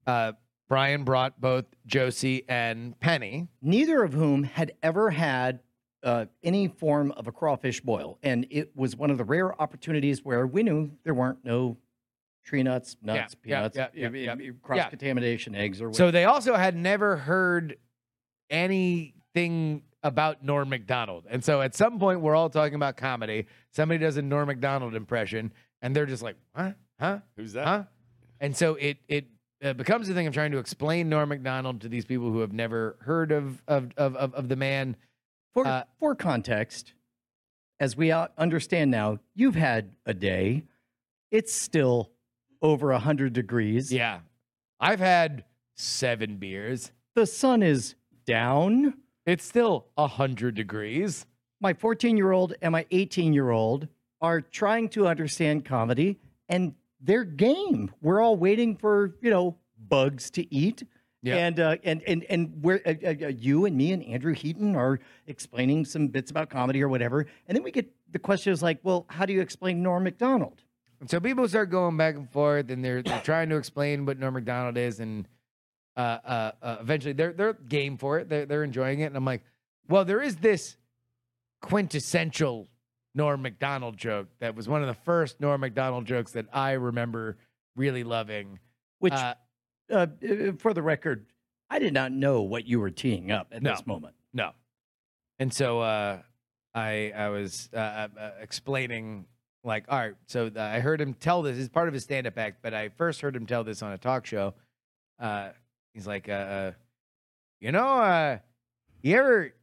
Speaker 3: uh, Brian brought both Josie and Penny.
Speaker 2: neither of whom had ever had uh, any form of a crawfish boil. And it was one of the rare opportunities where we knew there weren't no tree nuts, nuts,
Speaker 3: yeah,
Speaker 2: peanuts,
Speaker 3: yeah, yeah, yeah,
Speaker 2: cross contamination, eggs, or
Speaker 3: So
Speaker 2: whatever.
Speaker 3: they also had never heard anything about Norm McDonald. And so at some point we're all talking about comedy. Somebody does a Norm McDonald impression and they're just like, "Huh? Huh?
Speaker 1: Who's that?
Speaker 3: Huh?" And so it it uh, becomes the thing of trying to explain Norm McDonald to these people who have never heard of of of of, of the man.
Speaker 2: for,
Speaker 3: uh,
Speaker 2: for context, as we uh, understand now, you've had a day. It's still over 100 degrees.
Speaker 3: Yeah. I've had 7 beers.
Speaker 2: The sun is down.
Speaker 3: It's still 100 degrees.
Speaker 2: my 14 year old and my 18 year old are trying to understand comedy and their game. We're all waiting for, you know, bugs to eat.
Speaker 3: Yeah.
Speaker 2: And, uh, and and and we're uh, uh, uh, you and me and Andrew Heaton are explaining some bits about comedy or whatever, and then we get the question is like, well, how do you explain Norm Macdonald?
Speaker 3: And so people start going back and forth, and they're they're trying to explain what Norm Macdonald is, and uh, uh, uh, eventually they're they're game for it. They're they're enjoying it, and I'm like, well, there is this quintessential Norm Macdonald joke that was one of the first Norm Macdonald jokes that I remember really loving.
Speaker 2: Which, uh,
Speaker 3: Uh,
Speaker 2: uh, for the record, I did not know what you were teeing up at
Speaker 3: No.
Speaker 2: this moment.
Speaker 3: No. And so uh, I I was uh, uh, uh, explaining like, all right, so the, I heard him tell this. It's part of his stand up act, but I first heard him tell this on a talk show. Uh, he's like, uh, uh, you know, uh, you ever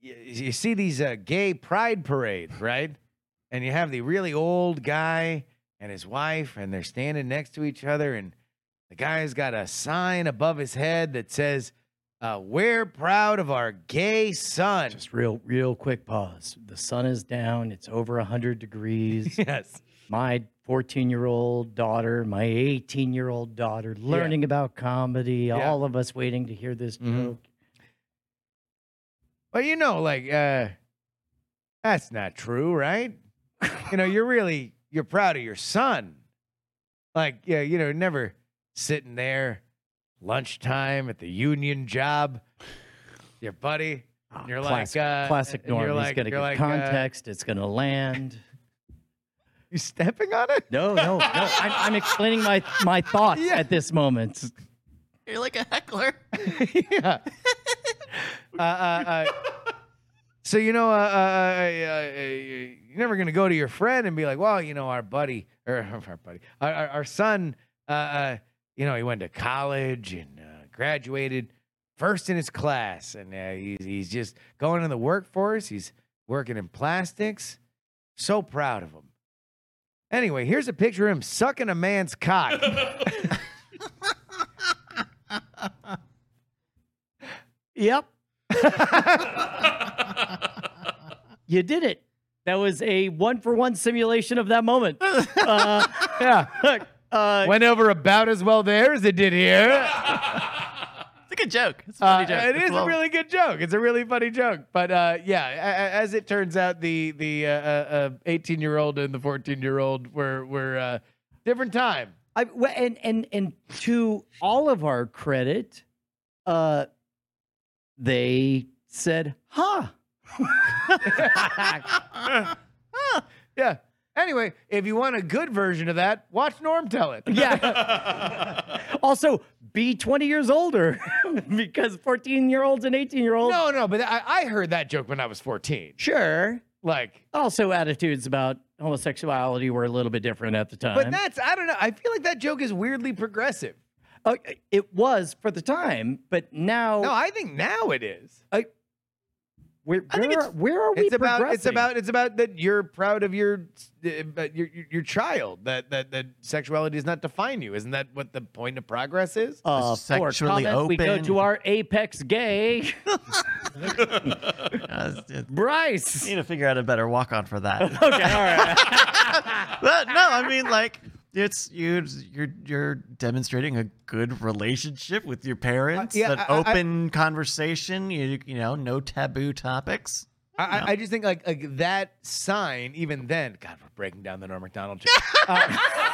Speaker 3: you, you see these uh, gay pride parades, right? And you have the really old guy and his wife, and they're standing next to each other, and the guy's got a sign above his head that says, uh, we're proud of our gay son.
Speaker 2: Just real, real quick pause. The sun is down. It's over 100 degrees.
Speaker 3: yes.
Speaker 2: my 14 year old daughter, my 18 year old daughter, learning about comedy,
Speaker 3: Yeah.
Speaker 2: all of us waiting to hear this
Speaker 3: Mhm.
Speaker 2: joke.
Speaker 3: Well, you know, like, uh, that's not true, right? you know, you're really, you're proud of your son. Like, yeah, you know, never sitting there lunchtime at the union job, your buddy. and You're
Speaker 2: Ah, classic,
Speaker 3: like, uh,
Speaker 2: classic
Speaker 3: and you're
Speaker 2: norm. He's
Speaker 3: like-
Speaker 2: going to
Speaker 3: you're
Speaker 2: get
Speaker 3: like, uh,
Speaker 2: context. It's going to land.
Speaker 3: you stepping on it?
Speaker 2: No, no, no. I'm, I'm explaining my my thoughts
Speaker 3: Yeah.
Speaker 2: at this moment.
Speaker 4: You're like a heckler.
Speaker 3: yeah. uh, uh, uh, so you know, uh, uh, uh, uh, you're never gonna go to your friend and be like, "Well, you know, our buddy or our buddy, our, our, our son, uh, uh, you know, he went to college and uh, graduated first in his class, and uh, he's he's just going to the workforce. He's working in plastics. So proud of him." Anyway, here's a picture of him sucking a man's cock.
Speaker 2: Yep. you did it. That was a one for one simulation of that moment. Uh,
Speaker 3: yeah.
Speaker 2: uh,
Speaker 3: Went over about as well there as it did here.
Speaker 4: It's a good joke. It's a
Speaker 3: Uh,
Speaker 4: funny joke.
Speaker 3: it
Speaker 4: It's
Speaker 3: is a
Speaker 4: well-
Speaker 3: really good joke. It's a really funny joke. But uh, yeah, a- a- as it turns out, the the uh, uh, 18 year old and the 14 year old were were uh, different time.
Speaker 2: I, well, and and and to all of our credit, uh, they said, "Huh."
Speaker 3: Yeah. Anyway, if you want a good version of that, watch Norm tell it.
Speaker 2: Yeah. also, be twenty years older because fourteen-year-olds and eighteen-year-olds.
Speaker 3: No, no, but I, I heard that joke when I was 14.
Speaker 2: Sure.
Speaker 3: Like,
Speaker 2: Also, attitudes about homosexuality were a little bit different at the time.
Speaker 3: but that's I don't know. I feel like that joke is weirdly progressive.
Speaker 2: Uh, it was for the time, but now
Speaker 3: No, I think now it is.
Speaker 2: where,
Speaker 3: I
Speaker 2: where
Speaker 3: think it's-
Speaker 2: are, where are we
Speaker 3: It's about it's
Speaker 2: progressing?
Speaker 3: about it's about that you're proud of your uh, but your your- your child that that that sexuality does not define you. Isn't that what the point of progress is?
Speaker 2: uh, for
Speaker 5: sexually
Speaker 2: comments, We go
Speaker 5: open.
Speaker 2: to our apex gay,
Speaker 5: Uh, it's- it's-
Speaker 2: Bryce.
Speaker 5: need to figure out a better walk on for that.
Speaker 2: okay, all right.
Speaker 5: But no, I mean like it's you you're you're demonstrating a good relationship with your
Speaker 4: Uh,
Speaker 5: parents,
Speaker 3: yeah,
Speaker 5: an
Speaker 3: I- I-
Speaker 5: open conversation, you you know, no taboo topics.
Speaker 3: I, I- I just think like, like that sign, even then, God, we're breaking down the Norm Macdonald joke.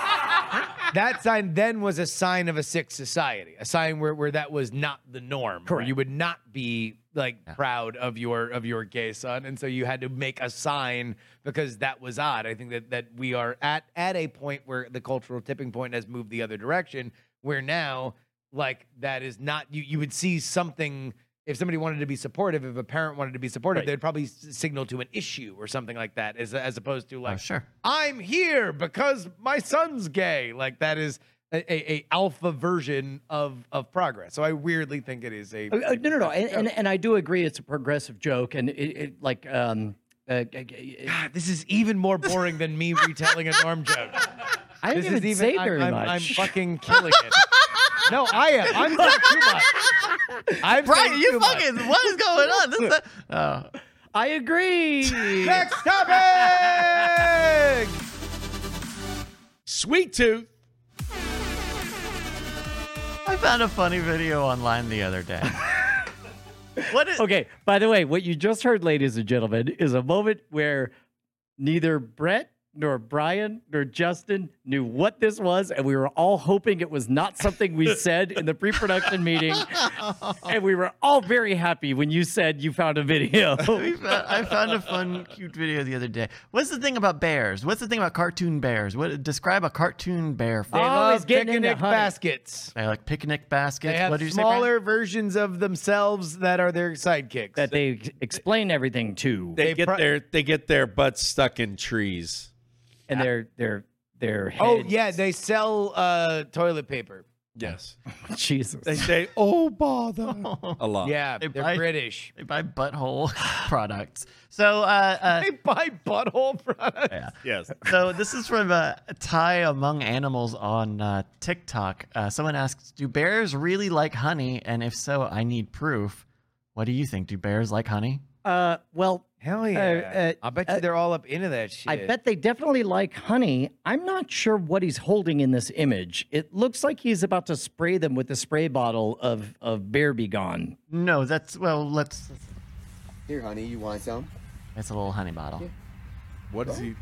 Speaker 3: Uh, that sign then was a sign of a sick society, a sign where, where that was not the norm. where
Speaker 2: Correct.
Speaker 3: you would not be like proud of your of your gay son, and so you had to make a sign because that was odd. I think that that we are at at a point where the cultural tipping point has moved the other direction, where now like that is not you. You would see something. If somebody wanted to be supportive, if a parent wanted to be supportive,
Speaker 2: Right.
Speaker 3: they'd probably s- signal to an issue or something like that, as as opposed to like,
Speaker 5: Oh, sure.
Speaker 3: I'm here because my son's gay. Like that is a, a, a alpha version of of progress. So I weirdly think it is a
Speaker 2: Uh, uh, no, no, no, and, and, and I do agree it's a progressive joke, and it, it like um, uh, g- g-
Speaker 3: God, ah, this is even more boring than me retelling a norm joke.
Speaker 2: I didn't
Speaker 3: This
Speaker 2: even,
Speaker 3: is even
Speaker 2: say
Speaker 3: I'm,
Speaker 2: very
Speaker 3: I'm,
Speaker 2: much.
Speaker 3: I'm fucking killing it. No, I am. I'm saying too much. I'm
Speaker 4: Brian,
Speaker 3: saying
Speaker 4: you
Speaker 3: too much.
Speaker 4: fucking. What is going on? This is
Speaker 5: Oh,
Speaker 2: I agree.
Speaker 3: Next topic.
Speaker 1: Sweet Tooth.
Speaker 5: I found a funny video online the other day.
Speaker 4: what is?
Speaker 2: okay. By the way, what you just heard, ladies and gentlemen, is a moment where neither Brett nor Brian nor Justin knew what this was, and we were all hoping it was not something we said in the pre-production meeting, and we were all very happy when you said you found a video.
Speaker 5: We found- I found a fun, cute video the other day. What's the thing about bears? What's the thing about cartoon bears? What describe a cartoon bear? For
Speaker 3: They
Speaker 2: Always
Speaker 3: love
Speaker 2: getting into
Speaker 3: picnic
Speaker 2: hunting.
Speaker 3: baskets.
Speaker 5: They like picnic baskets.
Speaker 3: They have
Speaker 5: what do you say? Brian?
Speaker 3: smaller versions of themselves that are their sidekicks.
Speaker 2: that they ex- explain everything to,
Speaker 1: They,
Speaker 3: They
Speaker 1: get
Speaker 3: pro-
Speaker 1: their they get their butts stuck in trees.
Speaker 2: and their their their head.
Speaker 3: oh yeah, they sell uh, toilet paper.
Speaker 1: Yes.
Speaker 2: Jesus.
Speaker 1: They say, "Oh bother," a lot.
Speaker 3: Yeah,
Speaker 5: Oh. They
Speaker 3: they're
Speaker 5: buy-
Speaker 3: British.
Speaker 5: They buy butthole products. So, uh, uh,
Speaker 3: They buy butthole products.
Speaker 1: Yes.
Speaker 5: so this is from uh, Thai among animals on uh, TikTok. Uh, someone asks, "Do bears really like honey? And if so, I need proof." What do you think? Do bears like honey?
Speaker 2: Uh, well,
Speaker 3: Hell
Speaker 2: yeah. uh,
Speaker 3: I bet you
Speaker 2: uh,
Speaker 3: they're all up into that shit.
Speaker 2: I bet they definitely like honey. I'm not sure what he's holding in this image. It looks like he's about to spray them with a spray bottle of of Bear Be Gone.
Speaker 5: No, that's well. Let's.
Speaker 6: Here, honey, you want some?
Speaker 5: That's a little honey bottle.
Speaker 1: What is he?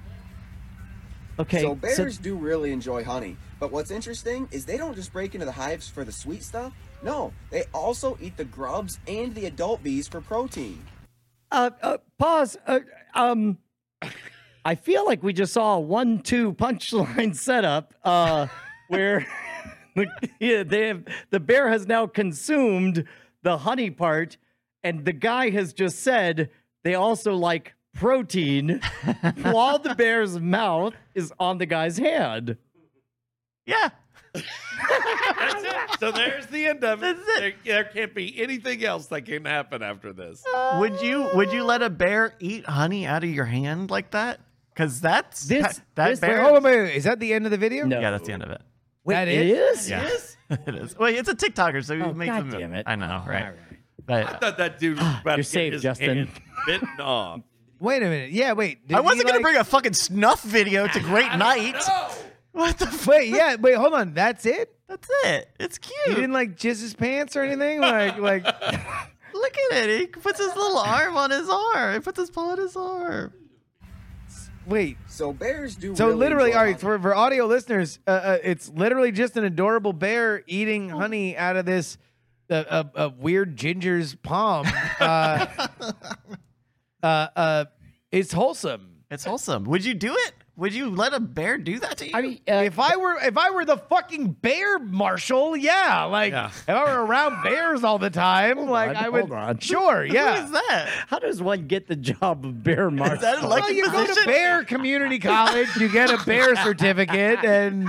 Speaker 2: Okay,
Speaker 6: so bears do really enjoy honey, but what's interesting is they don't just break into the hives for the sweet stuff. No, they also eat the grubs and the adult bees for protein.
Speaker 2: uh, uh, pause. Uh, um, I feel like we just saw a one-two punchline setup uh, where yeah, they have the bear has now consumed the honey part, and the guy has just said they also like protein while the bear's mouth is on the guy's hand.
Speaker 5: Yeah.
Speaker 1: So there's the end of it. There, there can't be anything else that can happen after this.
Speaker 5: Would you would you let a bear eat honey out of your hand like that? Because that's
Speaker 2: This-
Speaker 5: that, that
Speaker 2: this-
Speaker 5: bear.
Speaker 3: Wait, hold on, wait, wait, Is that the end of the video?
Speaker 2: No.
Speaker 5: Yeah, that's the end of it.
Speaker 2: Wait,
Speaker 3: That
Speaker 2: it
Speaker 3: is-
Speaker 2: is?
Speaker 5: Yeah, it is. Wait, it's a TikToker, so
Speaker 2: Oh,
Speaker 5: he makes
Speaker 2: God
Speaker 5: them-
Speaker 2: damn it.
Speaker 5: I know, right?
Speaker 1: I
Speaker 5: But
Speaker 1: thought that dude was about to
Speaker 2: You're safe,
Speaker 1: get his
Speaker 2: Justin.
Speaker 1: hand bitten off.
Speaker 3: Wait a minute. Yeah, wait.
Speaker 5: I wasn't gonna bring a fucking snuff video to Great Night. What the? F-
Speaker 3: Wait, yeah, wait. Hold on. That's it.
Speaker 5: that's it. It's cute.
Speaker 3: He didn't like jizz his pants or anything. Like, like.
Speaker 5: Look at it. He puts his little arm on his arm. He puts his paw on his arm.
Speaker 3: Wait.
Speaker 6: So bears do.
Speaker 3: So
Speaker 6: really
Speaker 3: literally,
Speaker 6: enjoy
Speaker 3: all right.
Speaker 6: honey.
Speaker 3: For, for audio listeners, uh, uh, it's literally just an adorable bear eating
Speaker 2: Oh.
Speaker 3: honey out of this uh, uh, uh, weird ginger's palm. Uh, uh, uh, it's wholesome.
Speaker 5: It's wholesome. Would you do it? Would you let a bear do that to you?
Speaker 2: I mean, uh,
Speaker 3: If I were if I were the fucking bear marshal, yeah, like
Speaker 1: Yeah.
Speaker 3: if I were around bears all the time, like
Speaker 2: on,
Speaker 3: I would.
Speaker 2: hold on.
Speaker 3: Sure,
Speaker 5: what
Speaker 3: yeah.
Speaker 5: is that?
Speaker 2: how does one get the job of bear marshal?
Speaker 5: Is that an
Speaker 3: Well,
Speaker 5: elected
Speaker 3: you go to
Speaker 5: position?
Speaker 3: bear community college, you get a bear certificate, and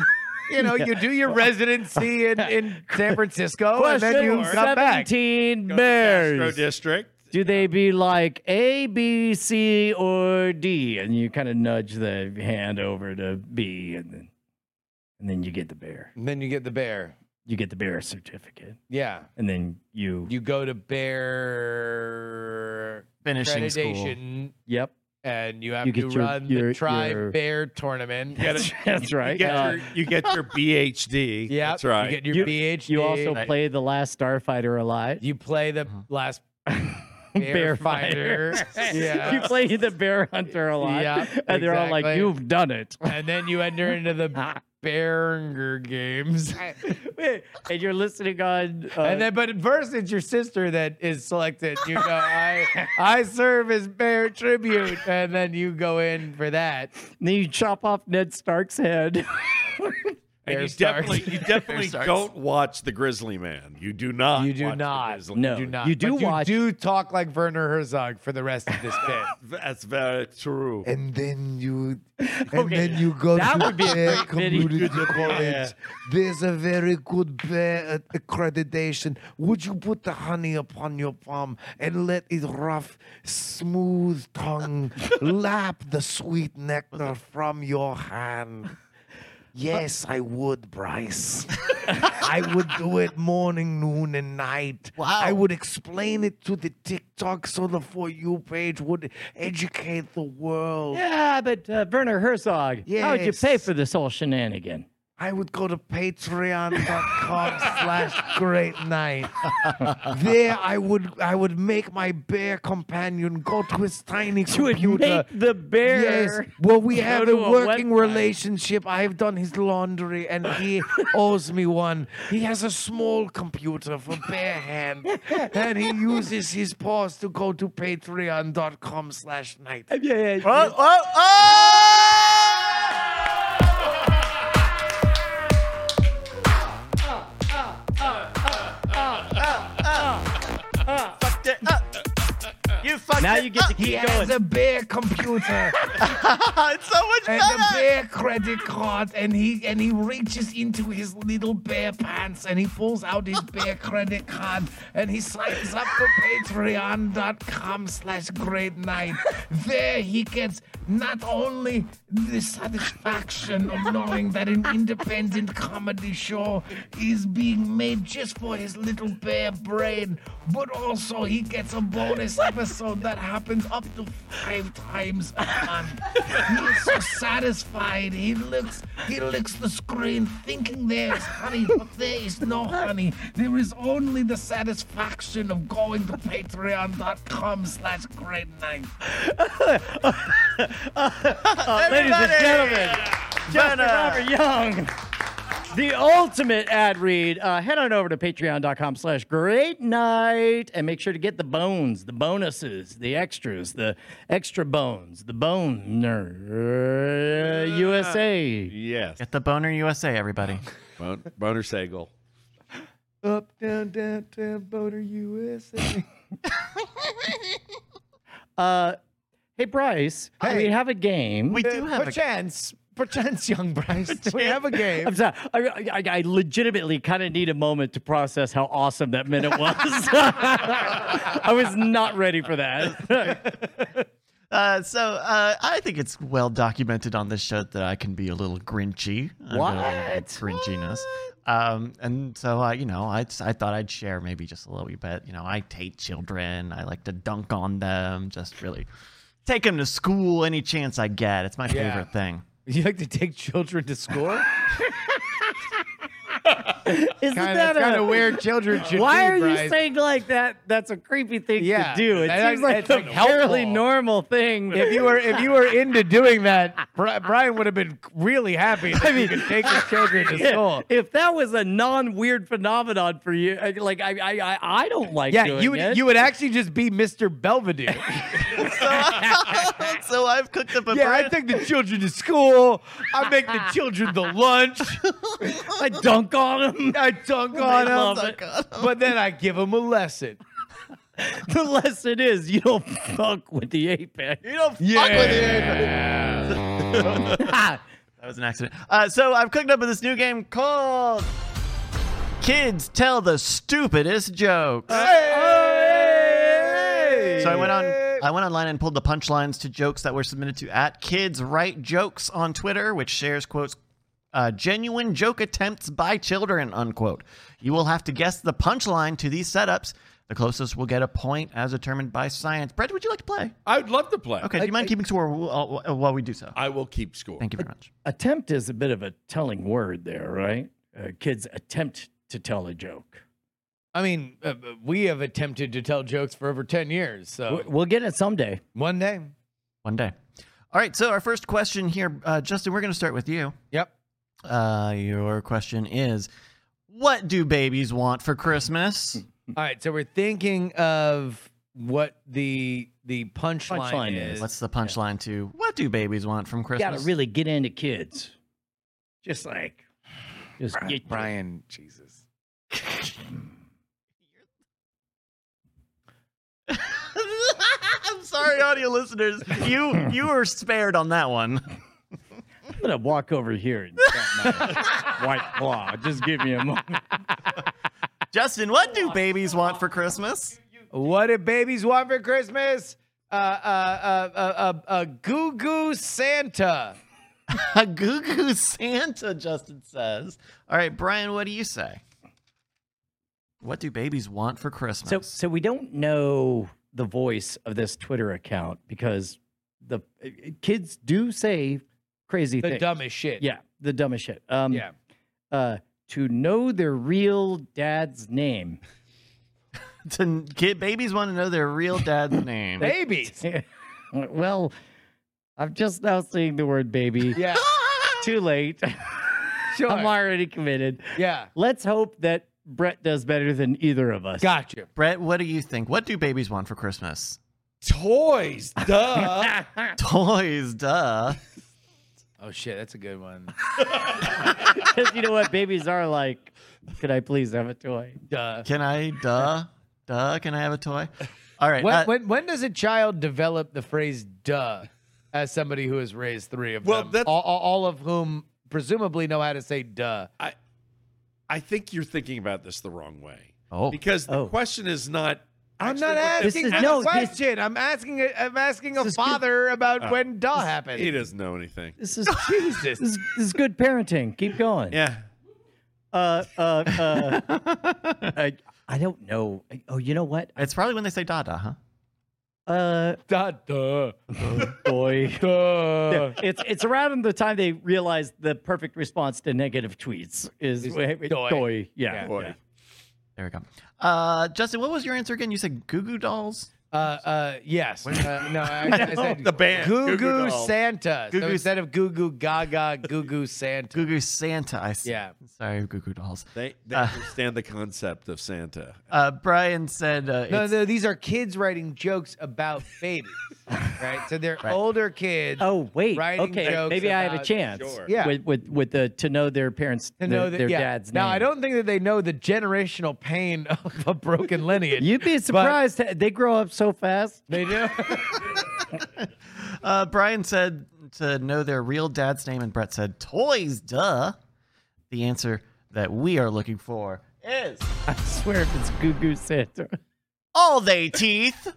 Speaker 3: you know, you do your residency in, in San Francisco and then you come back.
Speaker 2: 17
Speaker 1: Castro
Speaker 2: Bears.
Speaker 1: District.
Speaker 2: Do they be like A, B, C, or D? And you kind of nudge the hand over to B, and then and then you get the bear.
Speaker 3: And then you get the bear.
Speaker 2: You get the bear certificate,
Speaker 3: Yeah.
Speaker 2: and then you.
Speaker 3: You go to bear
Speaker 5: Finishing school.
Speaker 3: accreditation
Speaker 2: yep,
Speaker 3: and you have
Speaker 2: You
Speaker 3: to
Speaker 2: get your-
Speaker 3: run
Speaker 2: your-
Speaker 3: the tribe
Speaker 2: your-
Speaker 3: bear tournament.
Speaker 1: That's,
Speaker 2: that's
Speaker 1: You
Speaker 2: right.
Speaker 1: get,
Speaker 2: Uh,
Speaker 1: your, you get your BHD.
Speaker 3: Yeah,
Speaker 1: that's right.
Speaker 3: You get your BHD.
Speaker 2: you also
Speaker 5: Right.
Speaker 2: play the last starfighter alive.
Speaker 3: you play the last bear,
Speaker 2: Bear
Speaker 3: fighter. yeah.
Speaker 2: you play the bear hunter a lot,
Speaker 3: Yeah,
Speaker 2: and they're all like,
Speaker 3: exactly.
Speaker 2: "You've done it,"
Speaker 3: and then you enter into the Berenger games.
Speaker 2: and you're listening on. Uh,
Speaker 3: And then, but at first, it's your sister that is selected. You go, I, I serve as bear tribute, and then you go in for that.
Speaker 2: then you chop off Ned Stark's head.
Speaker 1: and
Speaker 3: Bear
Speaker 1: you
Speaker 3: Starks.
Speaker 1: definitely, you definitely don't watch the Grizzly Man. You do not.
Speaker 3: You do
Speaker 1: watch The
Speaker 3: not.
Speaker 1: Grizzly
Speaker 2: No.
Speaker 3: You do not.
Speaker 2: You do
Speaker 3: but
Speaker 2: watch-
Speaker 3: You do talk like Werner Herzog for the rest of this bit.
Speaker 1: That's very true.
Speaker 7: and then you and
Speaker 2: Okay,
Speaker 7: then you go
Speaker 2: that
Speaker 7: to
Speaker 2: would be a
Speaker 7: their
Speaker 2: great video.
Speaker 7: community college.
Speaker 2: Yeah.
Speaker 7: There's a very good bear a- accreditation. Would you put the honey upon your palm and let its rough, smooth tongue lap the sweet nectar from your hand? Yes, I would, Bryce. I would do it morning, noon, and night.
Speaker 5: Wow.
Speaker 7: I would explain it to the TikTok so the For You page would educate the world.
Speaker 2: yeah, but uh, Werner Herzog, how'd you pay
Speaker 7: Yes.
Speaker 2: for this whole shenanigan?
Speaker 7: I would go to patreon.com slash great night. There I would I would make my bear companion go to his tiny
Speaker 2: You would
Speaker 7: computer.
Speaker 2: make the bear.
Speaker 7: Yes. Well, we
Speaker 2: go
Speaker 7: have
Speaker 2: to
Speaker 7: a
Speaker 2: a
Speaker 7: working
Speaker 2: website.
Speaker 7: relationship. I've done his laundry and he owes me one. He has a small computer for bare hand. and he uses his paws to go to patreon.com slash night.
Speaker 2: Yeah, yeah.
Speaker 4: Oh, oh, oh! Fucked it up. You fucked
Speaker 2: Now
Speaker 4: it
Speaker 2: you get to
Speaker 7: He
Speaker 2: keep
Speaker 7: has
Speaker 2: going.
Speaker 7: a bear computer.
Speaker 4: up. It's so much
Speaker 7: and a
Speaker 4: better.
Speaker 7: bear credit card, and he and he reaches into his little bear pants and he pulls out his bear credit card and he signs up for patreon.com slash great night. There he gets not only the satisfaction of knowing that an independent comedy show is being made just for his little bear brain, but also he gets a bonus episode that happens up to five times a month. He is so satisfied. He looks he licks the screen thinking there is honey, but there is no honey. There is only the satisfaction of going to patreon.com slash great night.
Speaker 2: Uh, ladies and
Speaker 4: Everybody!
Speaker 2: gentlemen, Justin
Speaker 4: Jenna.
Speaker 2: Robert Young, the ultimate ad read. Uh, head on over to patreon.com slash great night and make sure to get the bones, the bonuses, the extras, the extra bones, the boner uh, USA.
Speaker 1: Yes.
Speaker 5: Get the boner USA, everybody.
Speaker 1: Bon- Boner Sagal.
Speaker 3: Up, down, down, down, boater USA.
Speaker 2: Uh, hey, Bryce,
Speaker 3: Hey.
Speaker 2: we have a game.
Speaker 5: We do have a
Speaker 3: perchance, perchance, young Bryce, we have a game.
Speaker 2: I'm sorry. I, I, I legitimately kind of need a moment to process how awesome that minute was. I was not ready for that.
Speaker 5: Uh, so uh, I think it's well documented on this show that I can be a little grinchy. I'm a little
Speaker 2: What?
Speaker 5: grinchiness? Um, and so uh, you know, I I thought I'd share maybe just a little wee bit. You know, I hate children. I like to dunk on them. Just really take them to school any chance I get. It's my
Speaker 3: Yeah.
Speaker 5: favorite thing.
Speaker 3: You like to take children to school?
Speaker 2: Isn't
Speaker 3: Kind
Speaker 2: that
Speaker 3: of, kind
Speaker 2: a-
Speaker 3: of where children should
Speaker 2: Why
Speaker 3: be,
Speaker 2: are you
Speaker 3: Bryce.
Speaker 2: saying like that? That's a creepy thing
Speaker 3: Yeah,
Speaker 2: to do. It
Speaker 3: that-
Speaker 2: seems like
Speaker 3: it's
Speaker 2: a
Speaker 3: like helpful.
Speaker 2: fairly normal thing.
Speaker 3: If you were if you were into doing that, Bri- Brian would have been really happy that I mean, you could take his children to school.
Speaker 2: if that was a non-weird phenomenon for you, I- like I, I, I, I don't like.
Speaker 3: Yeah,
Speaker 2: doing
Speaker 3: you would
Speaker 2: it.
Speaker 3: you would actually just be Mr. Belvedere.
Speaker 5: so I've cooked up a
Speaker 3: yeah, I take the children to school. I make the children the lunch.
Speaker 2: I dunk on them.
Speaker 3: I dunk on them.
Speaker 2: love it.
Speaker 3: But then I give them a lesson.
Speaker 2: the lesson is you don't fuck with the apex.
Speaker 3: Yeah.
Speaker 2: Ah,
Speaker 5: That was an accident. Uh, so I've cooked up with this new game called Kids Tell the Stupidest Jokes. So I went on I went online and pulled the punchlines to jokes that were submitted to at Kids Write Jokes on Twitter, which shares quotes uh, genuine joke attempts by children, unquote. You will have to guess the punchline to these setups. The closest will get a point as determined by science. Brett, would you like to play?
Speaker 1: I would love to play.
Speaker 5: Okay, do you mind keeping score while uh, while we do so?
Speaker 1: I will keep score.
Speaker 5: Thank you very much.
Speaker 2: Attempt is a bit of a telling word there, right? Uh, kids attempt to tell a joke.
Speaker 3: I mean, uh, uh, we have attempted to tell jokes for over 10 years. So
Speaker 2: We- We'll get it someday.
Speaker 3: one day.
Speaker 5: One day. All right, so our first question here, uh, Justin, we're going to start with you.
Speaker 3: Yep.
Speaker 5: Uh, your question is What do babies want for Christmas?
Speaker 3: All right. So we're thinking of what the the punchline
Speaker 2: Punchline
Speaker 3: is.
Speaker 2: is.
Speaker 5: What's the punchline to What do babies want from
Speaker 2: You gotta
Speaker 5: Christmas?
Speaker 2: really get into kids. Just like, just get
Speaker 3: Brian, Jesus.
Speaker 5: I'm sorry, audio listeners. You you were spared on that one.
Speaker 2: I'm gonna walk over here and grab my white claw. Just give me a moment.
Speaker 5: Justin, what do babies want for Christmas?
Speaker 3: What do babies want for Christmas? Uh, uh, uh, uh, uh, uh, Goo Goo Santa.
Speaker 5: A goo goo Santa, Justin says. All right, Brian, what do you say? What do babies want for Christmas?
Speaker 2: So, so we don't know the voice of this Twitter account because the uh, kids do say crazy
Speaker 3: The
Speaker 2: things.
Speaker 3: dumbest shit.
Speaker 2: yeah, the dumbest shit. Um,
Speaker 3: Yeah.
Speaker 2: Uh, to know their real dad's name.
Speaker 5: to kid babies want to know their real dad's name.
Speaker 3: Babies.
Speaker 2: well, I'm just now seeing the word baby.
Speaker 3: Yeah.
Speaker 2: Too late.
Speaker 3: Sure.
Speaker 2: I'm already committed.
Speaker 3: yeah.
Speaker 2: Let's hope that Brett does better than either of us.
Speaker 3: Gotcha.
Speaker 5: Brett, what do you think? What do babies want for Christmas?
Speaker 1: Toys, duh.
Speaker 5: Toys, duh.
Speaker 3: Oh shit, that's a good one.
Speaker 2: Because you know what babies are like. Could I please have a toy?
Speaker 3: Duh.
Speaker 5: Can I, duh, duh? Can I have a toy? All right.
Speaker 3: When,
Speaker 5: uh,
Speaker 3: when when does a child develop the phrase "duh" as somebody who has raised three of
Speaker 1: Well,
Speaker 3: them,
Speaker 1: that's-
Speaker 3: all, all- all of whom presumably know how to say "duh"?
Speaker 1: I think you're thinking about this the wrong way.
Speaker 5: Oh.
Speaker 1: Because the
Speaker 2: Oh.
Speaker 1: question is not. actually
Speaker 3: I'm
Speaker 1: what
Speaker 3: not
Speaker 1: the-
Speaker 3: asking
Speaker 2: This is-
Speaker 3: a
Speaker 2: no, this-
Speaker 3: question. I'm asking. A, I'm asking a
Speaker 2: This is good.
Speaker 3: father about
Speaker 1: Oh.
Speaker 3: when "duh" happened.
Speaker 1: He doesn't know anything.
Speaker 2: This is Jesus. This is, this is good parenting. Keep going.
Speaker 1: Yeah.
Speaker 2: Uh, uh, uh, I, I don't know. I- Oh, you know what?
Speaker 5: it's probably when they say da da, huh?
Speaker 2: Uh, Oh,
Speaker 3: Duh, duh,
Speaker 2: boy.
Speaker 3: duh.
Speaker 2: It's it's around the time they realize the perfect response to negative tweets is
Speaker 3: toy.
Speaker 2: toy. Yeah.
Speaker 3: Yeah.
Speaker 1: Boy.
Speaker 2: yeah.
Speaker 5: There we go. Uh, Justin, what was your answer again? You said Goo Goo Dolls?
Speaker 3: Uh, uh, yes. Uh, no, I, I said
Speaker 1: The band, Goo
Speaker 3: Goo
Speaker 1: Goo
Speaker 3: Goo
Speaker 1: Dolls.
Speaker 3: Santa.
Speaker 5: Goo
Speaker 3: So
Speaker 5: Goo-
Speaker 3: instead of Goo Goo Gaga, Goo Goo Santa.
Speaker 5: Goo Goo Santa, I see.
Speaker 3: Yeah.
Speaker 5: Sorry, Goo Goo Dolls.
Speaker 1: They, they
Speaker 5: Uh.
Speaker 1: understand the concept of Santa.
Speaker 5: Uh, Brian said uh,
Speaker 3: No,
Speaker 5: it's-
Speaker 3: no, these are kids writing jokes about babies, right? So they're
Speaker 5: Right.
Speaker 3: older kids.
Speaker 2: Oh wait.
Speaker 3: Writing
Speaker 2: Okay.
Speaker 3: jokes
Speaker 2: Maybe I have a
Speaker 3: about-
Speaker 2: chance.
Speaker 1: Sure.
Speaker 3: Yeah.
Speaker 2: With with with the to know their parents
Speaker 3: to know
Speaker 2: their,
Speaker 3: that
Speaker 2: their
Speaker 3: yeah.
Speaker 2: dad's
Speaker 3: now
Speaker 2: name.
Speaker 3: I don't think that they know the generational pain of a broken lineage.
Speaker 2: You'd be surprised. they grow up so fast.
Speaker 3: they do.
Speaker 5: uh, Brian said to know their real dad's name, and Brett said toys, duh. The answer that we are looking for is
Speaker 2: I swear, if it's Goo Goo Santa.
Speaker 5: all they teeth.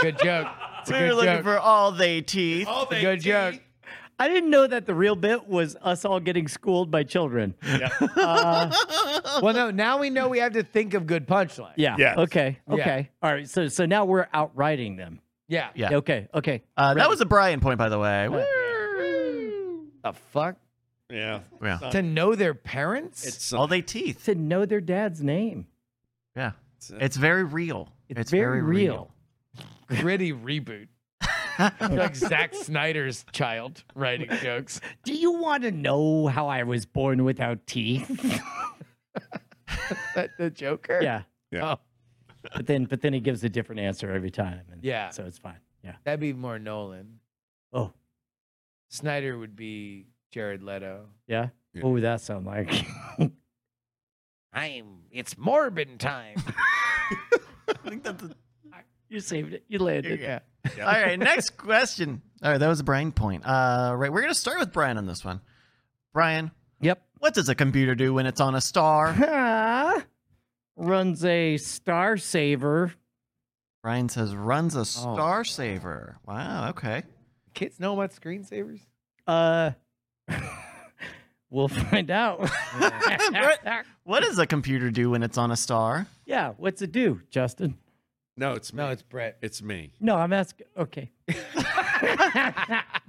Speaker 3: good joke. It's a
Speaker 5: We were
Speaker 3: good
Speaker 5: looking
Speaker 3: joke.
Speaker 5: for all they teeth.
Speaker 1: Oh,
Speaker 3: they good teeth. joke.
Speaker 2: I didn't know that the real bit was us all getting schooled by children. Uh,
Speaker 3: well, no. Now we know we have to think of good punchline.
Speaker 2: yeah.
Speaker 1: Yes.
Speaker 2: Okay.
Speaker 3: Yeah.
Speaker 2: Okay. All right. So so now we're outriding them.
Speaker 3: Yeah.
Speaker 5: Yeah.
Speaker 2: Okay. Okay.
Speaker 5: Uh, that was a Brian point, by the way. Woo.
Speaker 3: The fuck
Speaker 1: Yeah.
Speaker 5: Yeah.
Speaker 1: Uh,
Speaker 3: to know their parents.
Speaker 1: It's
Speaker 5: All
Speaker 1: something.
Speaker 5: they teeth.
Speaker 2: To know their dad's name.
Speaker 5: Yeah. It's very real.
Speaker 2: It's, very, real.
Speaker 3: gritty reboot. like Zack Snyder's child writing jokes.
Speaker 2: Do you want to know how I was born without teeth?
Speaker 3: That the Joker.
Speaker 2: yeah. Oh.
Speaker 1: Yeah.
Speaker 2: But then but then he gives a different answer every time. And
Speaker 3: Yeah.
Speaker 2: So it's fine. Yeah.
Speaker 3: That'd be more Nolan.
Speaker 2: Oh.
Speaker 3: Snyder would be Jared Leto.
Speaker 2: Yeah.
Speaker 1: Yeah.
Speaker 2: What would that sound like?
Speaker 3: I'm. It's Morbin time.
Speaker 5: I think that's
Speaker 2: you saved it. You landed.
Speaker 5: yeah. All right, next question. All right, that was a Brian point. Uh, right, we're gonna start with Brian on this one. Brian,
Speaker 2: Yep.
Speaker 5: what does a computer do when it's on a star?
Speaker 2: Runs a star saver.
Speaker 5: Brian says runs a star saver. Wow. Okay.
Speaker 3: Kids know about screensavers?
Speaker 2: Uh, we'll find out.
Speaker 5: What does a computer do when it's on a star?
Speaker 2: yeah. What's it do, Justin?
Speaker 1: No, it's me.
Speaker 3: No, it's Brett.
Speaker 1: it's me.
Speaker 2: No, I'm asking. Okay.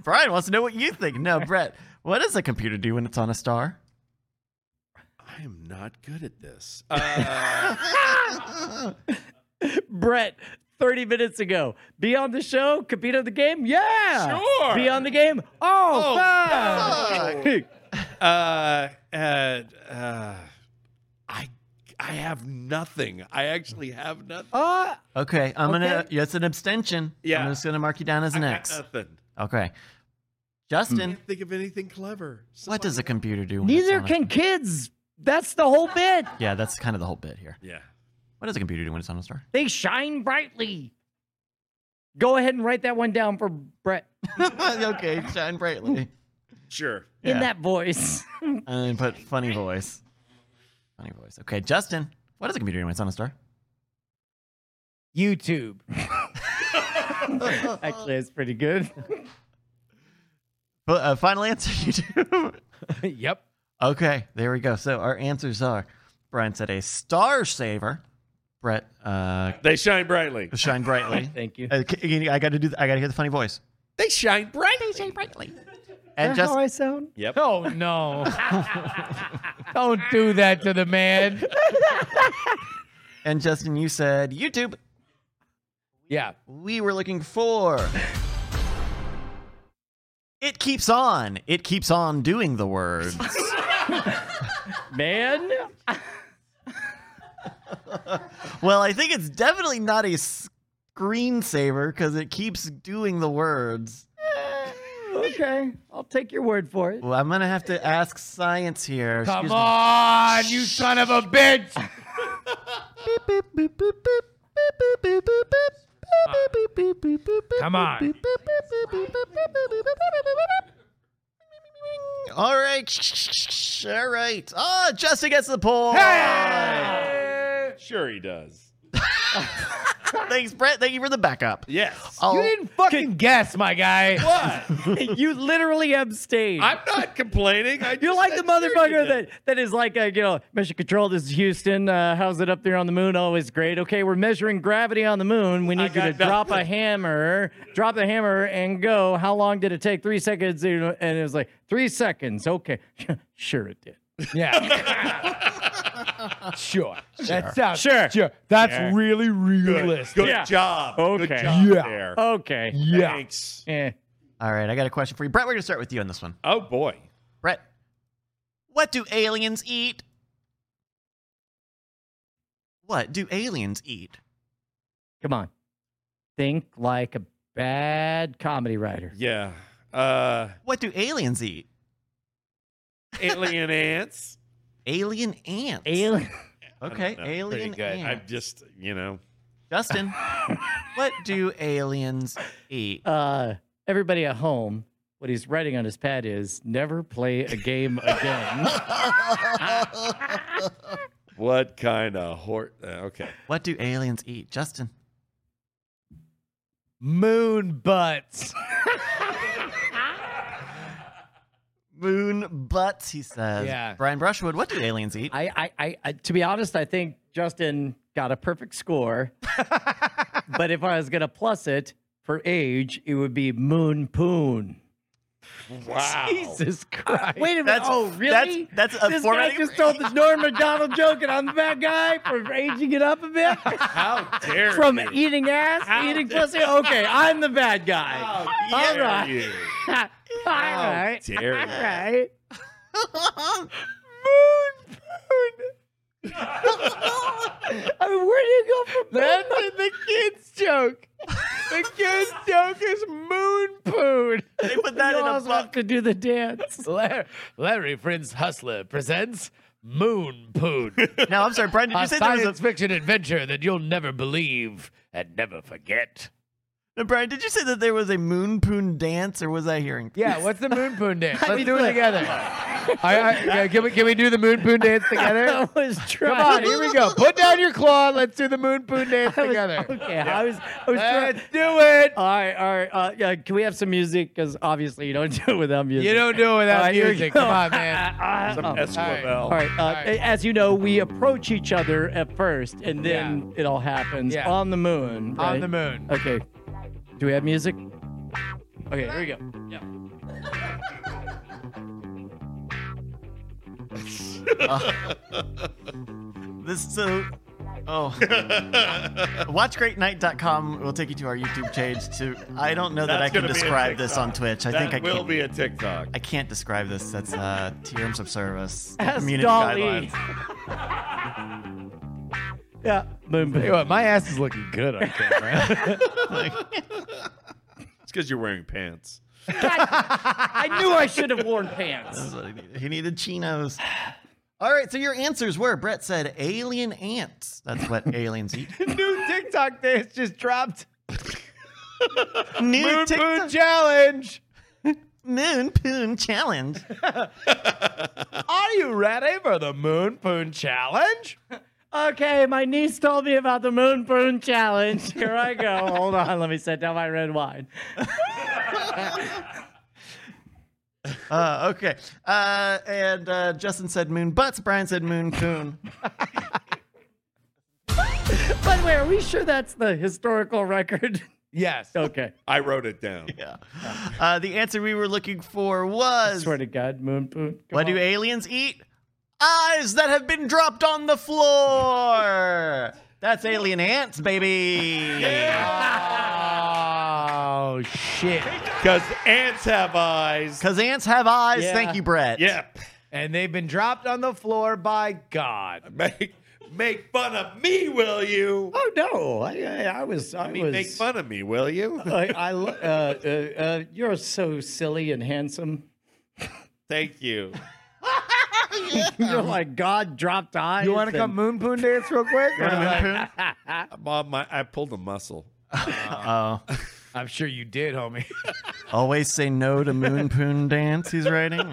Speaker 5: Brian wants to know what you think. No, Brett, what does a computer do when it's on a star?
Speaker 1: I am not good at this. Uh,
Speaker 2: Brett, 30 minutes ago. Be on the show, compete on the game? Yeah.
Speaker 1: Sure.
Speaker 2: Be on the game? Oh, fuck.
Speaker 1: uh, uh, uh, I I have nothing. I actually have nothing.
Speaker 2: Uh,
Speaker 5: Okay, I'm gonna. That's an abstention.
Speaker 1: Yeah. Uh,
Speaker 5: I'm just gonna mark you down as
Speaker 1: I
Speaker 5: an
Speaker 1: got
Speaker 5: X.
Speaker 1: nothing.
Speaker 5: Okay. Justin,
Speaker 1: Can't think of anything clever.
Speaker 5: what
Speaker 1: Somebody-
Speaker 5: does a computer do? When it's
Speaker 2: neither
Speaker 5: on a-
Speaker 2: can kids. That's the whole bit.
Speaker 5: Yeah, that's kind of the whole bit here.
Speaker 1: Yeah.
Speaker 5: What does a computer do when it's on a star?
Speaker 2: They shine brightly. Go ahead and write that one down for Brett
Speaker 5: okay, shine brightly.
Speaker 1: Sure.
Speaker 5: Yeah.
Speaker 2: in that voice.
Speaker 5: And then put funny voice. Funny voice. Okay, Justin, what does a computer do when it's on a star?
Speaker 3: YouTube.
Speaker 2: Actually, it's pretty good.
Speaker 5: But, uh, final answer, YouTube.
Speaker 3: yep.
Speaker 5: Okay, there we go. So our answers are Brian said a star saver. Brett, uh,
Speaker 1: They shine brightly.
Speaker 5: shine brightly.
Speaker 2: Thank you.
Speaker 5: Uh, c- I got to do. I got to hear the funny voice.
Speaker 1: They shine brightly.
Speaker 5: And just
Speaker 2: How I sound?
Speaker 1: Yep.
Speaker 3: Oh no. Don't do that to the man.
Speaker 5: and Justin, you said YouTube.
Speaker 3: Yeah.
Speaker 5: We were looking for. It keeps on. It keeps on doing the words.
Speaker 2: Man,
Speaker 5: well, I think it's definitely not a screensaver because it keeps doing the words.
Speaker 2: okay. I'll take your word for it.
Speaker 5: Well, I'm gonna have to ask science here.
Speaker 3: Come
Speaker 5: Excuse me.
Speaker 3: on, you son of a bitch. Come on.
Speaker 5: All right. All right. Ah, Justin gets the point.
Speaker 1: Sure he does.
Speaker 5: Thanks, Brett. Thank you for the backup.
Speaker 1: Yes.
Speaker 5: Oh,
Speaker 3: You didn't fucking guess, my guy.
Speaker 1: What?
Speaker 2: you literally abstained.
Speaker 1: I'm not complaining. I
Speaker 2: You're
Speaker 1: just
Speaker 2: like the
Speaker 1: said sure you
Speaker 2: motherfucker
Speaker 1: did.
Speaker 2: that, that is like, uh, you know, mission control, this is Houston. Uh, how's it up there on the moon? Oh, it's great. Okay, we're measuring gravity on the moon. We need you to
Speaker 1: got
Speaker 2: drop a hammer, drop the hammer and go. How long did it take? Three seconds. You know, And it was like, three seconds. Okay. sure, it did.
Speaker 3: Yeah. sure. That sounds
Speaker 2: Sure.
Speaker 3: Sure. That's
Speaker 2: Sure.
Speaker 3: really realistic.
Speaker 1: Good
Speaker 2: Yeah.
Speaker 1: job. Good
Speaker 2: Okay.
Speaker 1: job
Speaker 3: Yeah. Oh,
Speaker 1: there.
Speaker 2: Okay.
Speaker 3: Yeah.
Speaker 1: Thanks.
Speaker 2: Eh.
Speaker 5: All right. I got a question for you, Brett. We're gonna start with you on this one.
Speaker 1: Oh boy.
Speaker 5: Brett, what do aliens eat? What do aliens eat?
Speaker 2: Come on. Think like a bad comedy writer.
Speaker 1: Yeah. Uh,
Speaker 5: What do aliens eat?
Speaker 1: alien ants.
Speaker 5: Alien ants.
Speaker 2: Alien.
Speaker 5: Okay,
Speaker 1: know.
Speaker 5: alien
Speaker 3: good.
Speaker 1: I'm
Speaker 5: ants.
Speaker 1: just, you know.
Speaker 5: Justin, what do aliens eat?
Speaker 2: uh, everybody at home, what he's writing on his pad is never play a game again.
Speaker 1: What kind of hort? uh, okay.
Speaker 5: What do aliens eat? Justin.
Speaker 3: Moon butts.
Speaker 5: Moon butts, he says.
Speaker 3: Yeah.
Speaker 5: Brian Brushwood, what do aliens eat?
Speaker 2: I, I, I, I, to be honest, I think Justin got a perfect score. but if I was gonna plus it for age, it would be Moon Poon.
Speaker 1: Wow.
Speaker 2: Jesus Christ! Wait a minute. oh, really?
Speaker 5: that's- that's a
Speaker 2: this
Speaker 5: formatting-
Speaker 2: guy just told the Norm Macdonald joke, and I'm the bad guy for aging it up a bit.
Speaker 1: How dare
Speaker 2: From
Speaker 1: you?
Speaker 2: eating ass,
Speaker 1: How
Speaker 2: eating
Speaker 1: dare-
Speaker 2: pussy. Okay, I'm the bad guy.
Speaker 1: How
Speaker 2: All
Speaker 1: dare
Speaker 2: right.
Speaker 1: you?
Speaker 2: All right.
Speaker 1: dare
Speaker 2: All
Speaker 1: you.
Speaker 2: right. I mean, where do you go from that?
Speaker 3: the kids joke. The kids joke is moon poon.
Speaker 5: they put that
Speaker 2: You
Speaker 5: in a
Speaker 2: always have
Speaker 5: book.
Speaker 2: to do the dance.
Speaker 3: Larry, Larry Prince Hustler presents Moon Poon,
Speaker 5: No, I'm sorry,
Speaker 2: Uh,
Speaker 5: Brian, did
Speaker 3: a
Speaker 5: you say there was
Speaker 3: science
Speaker 5: a
Speaker 3: fiction adventure that you'll never believe and never forget.
Speaker 5: Now, Brian, did you say that there was a moon poon dance, or was I hearing?
Speaker 3: Yeah, what's the moon poon dance?
Speaker 2: I
Speaker 3: Let's
Speaker 2: mean,
Speaker 3: do it
Speaker 2: look.
Speaker 3: together. I, I, yeah, can, we, can we do the moon poon dance
Speaker 2: I
Speaker 3: together?
Speaker 2: was
Speaker 3: Come
Speaker 2: trying.
Speaker 3: on, here we go. Put down your claw. Let's do the moon poon dance
Speaker 2: I was-
Speaker 3: together.
Speaker 2: Okay, I was. I was trying.
Speaker 3: Let's do it.
Speaker 2: All right, all right. Uh, yeah, can we have some music? Because obviously you don't do it without music.
Speaker 3: You don't do it without
Speaker 2: All right, here we
Speaker 3: music.
Speaker 2: go.
Speaker 3: Come on, man.
Speaker 1: Some
Speaker 2: Oh.
Speaker 1: SQL.
Speaker 2: All right. Uh,
Speaker 3: All right.
Speaker 2: As you know, we approach each other at first, and then it all happens
Speaker 3: Yeah.
Speaker 2: on the moon.
Speaker 3: On
Speaker 2: right?
Speaker 3: the moon.
Speaker 2: Okay. Do we have music? Okay, here we go. Yeah.
Speaker 5: This so. Oh. WatchGreatNight.com will take you to our YouTube page. To I don't know that
Speaker 1: That's
Speaker 5: I can
Speaker 1: gonna be a
Speaker 5: describe this on Twitch. I
Speaker 1: That
Speaker 5: think I
Speaker 1: will
Speaker 5: can't,
Speaker 1: be a TikTok.
Speaker 5: I can't describe this. That's uh, terms of service,
Speaker 2: Ask
Speaker 5: community
Speaker 2: Dolly.
Speaker 5: guidelines.
Speaker 2: Yeah. Boom,
Speaker 3: Hey,
Speaker 2: boom.
Speaker 3: what, my ass is looking good on camera.
Speaker 1: It's because you're wearing pants.
Speaker 2: I knew I should have worn pants.
Speaker 5: That's what he needed. He needed chinos. All right, so your answers were Brett said alien ants. That's what aliens eat.
Speaker 3: New TikTok dance just dropped.
Speaker 5: New
Speaker 3: Moon
Speaker 5: TikTok-
Speaker 3: poon challenge.
Speaker 5: moon poon challenge.
Speaker 3: Are you ready for the moon poon challenge?
Speaker 2: Okay, my niece told me about the moon burn challenge. Here I go. Hold on, let me set down my red wine.
Speaker 5: Uh, okay. Uh, and uh, Justin said moon butts. Brian said moon poon.
Speaker 2: By the way, are we sure that's the historical record?
Speaker 3: Yes.
Speaker 2: Okay.
Speaker 1: I wrote it down.
Speaker 5: Yeah. Uh, the answer we were looking for was
Speaker 2: Swear to God, moon poon. Come
Speaker 5: what do
Speaker 2: on.
Speaker 5: aliens eat? Eyes that have been dropped on the floor. That's alien ants, baby.
Speaker 3: Oh shit.
Speaker 1: Because ants have eyes.
Speaker 5: Because ants have eyes.
Speaker 2: Yeah.
Speaker 5: Thank you, Brett.
Speaker 1: Yeah.
Speaker 3: And they've been dropped on the floor by God.
Speaker 1: Make make fun of me, will you?
Speaker 2: Oh no! I, I, I was. I,
Speaker 1: I mean,
Speaker 2: was.
Speaker 1: make fun of me, will you?
Speaker 2: I, I lo- uh, uh, uh, you're so silly and handsome.
Speaker 1: Thank you.
Speaker 2: You're like God dropped eyes.
Speaker 3: You want to
Speaker 2: and-
Speaker 3: come moon poon dance real quick?
Speaker 5: Moon poon?
Speaker 1: Bob, my, I pulled a muscle.
Speaker 5: Uh-oh.
Speaker 3: I'm sure you did, homie.
Speaker 5: Always say no to moon poon dance. He's writing.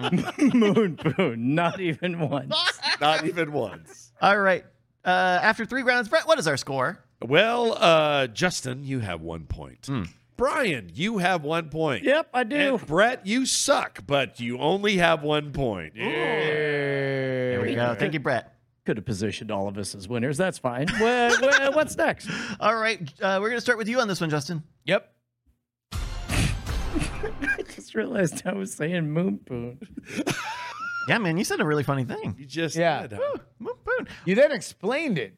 Speaker 2: moon poon? Not even once.
Speaker 1: Not even once.
Speaker 5: All right. Uh, after three rounds, Brett, what is our score?
Speaker 1: Well, uh, Justin, you have one point. Brian, you have one point.
Speaker 2: Yep, I do.
Speaker 1: And Brett, you suck, but you only have one point.
Speaker 5: There we go. Thank you, Brett.
Speaker 2: Could have positioned all of us as winners. That's fine. Well, well, what's next?
Speaker 5: All right. Uh, we're going to start with you on this one, Justin.
Speaker 3: Yep.
Speaker 2: I just realized I was saying moon poon.
Speaker 5: Yeah, man, you said a really funny thing.
Speaker 1: You just
Speaker 3: Yeah.
Speaker 1: did.
Speaker 5: Moon poon.
Speaker 3: You then explained it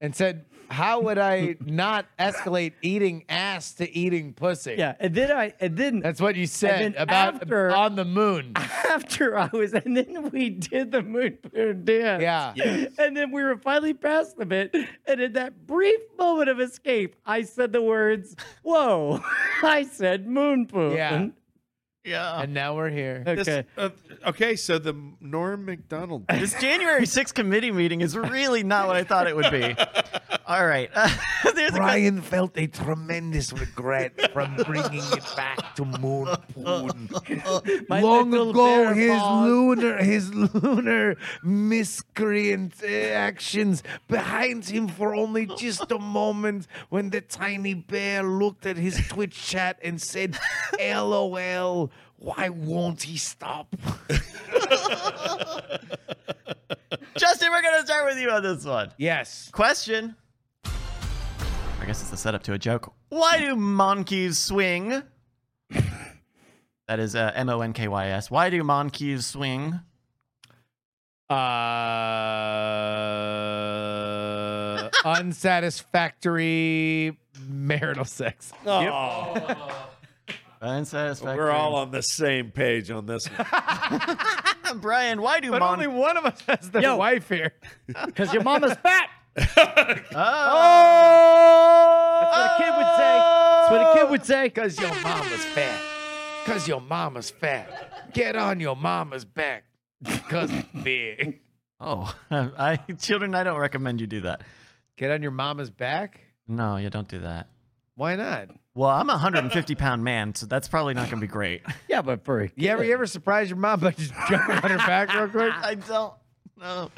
Speaker 3: and said, "How would I not escalate eating ass to eating pussy?"
Speaker 2: Yeah, and then I and then
Speaker 3: That's what you said
Speaker 2: then
Speaker 3: about
Speaker 2: after-
Speaker 3: on the moon.
Speaker 2: after I was and then we did the moon poon dance.
Speaker 3: Yeah.
Speaker 2: And then we were finally past the bit. And in that brief moment of escape, I said the words, Whoa. I said moon poon.
Speaker 3: Yeah.
Speaker 5: Yeah.
Speaker 3: And now we're here.
Speaker 1: This-
Speaker 2: Okay.
Speaker 1: uh, okay, so the Norm McDonald.
Speaker 5: This January 6th committee meeting is really not what I thought it would be. All right. Uh, there's a question.
Speaker 7: Brian felt a tremendous regret from bringing it back to Moon Poon.
Speaker 2: My
Speaker 7: Long
Speaker 2: little
Speaker 7: ago,
Speaker 2: bear
Speaker 7: his
Speaker 2: paws.
Speaker 7: lunar, his lunar miscreant uh, actions behind him for only just a moment when the tiny bear looked at his Twitch chat and said, "LOL, why won't he stop?"
Speaker 5: Justin, we're going to start with you on this one.
Speaker 3: Yes.
Speaker 5: Question. I guess it's the setup to a joke. Why do monkeys swing? That is uh, M O N K Y S. Why do monkeys swing?
Speaker 3: Uh, unsatisfactory marital sex.
Speaker 7: Oh,
Speaker 5: Unsatisfactory.
Speaker 1: We're all on the same page on this one.
Speaker 5: Brian, why do
Speaker 3: But only
Speaker 5: monkeys?
Speaker 3: one of us has the
Speaker 2: Yo.
Speaker 3: wife here.
Speaker 2: Because your mama's fat.
Speaker 3: Oh,
Speaker 2: That's what a kid would say. That's what a kid would say.
Speaker 7: Cause your mama's fat. Cause your mama's fat. Get on your mama's back. Cause big.
Speaker 5: Oh, I children, I don't recommend you do that.
Speaker 3: Get on your mama's back.
Speaker 5: No, you don't do that.
Speaker 3: Why not?
Speaker 5: Well, I'm a 150 pound man, so that's probably not going to be great.
Speaker 2: Yeah, but for a
Speaker 3: You ever, you ever surprise your mom by just jumping on her back real quick?
Speaker 5: I don't know.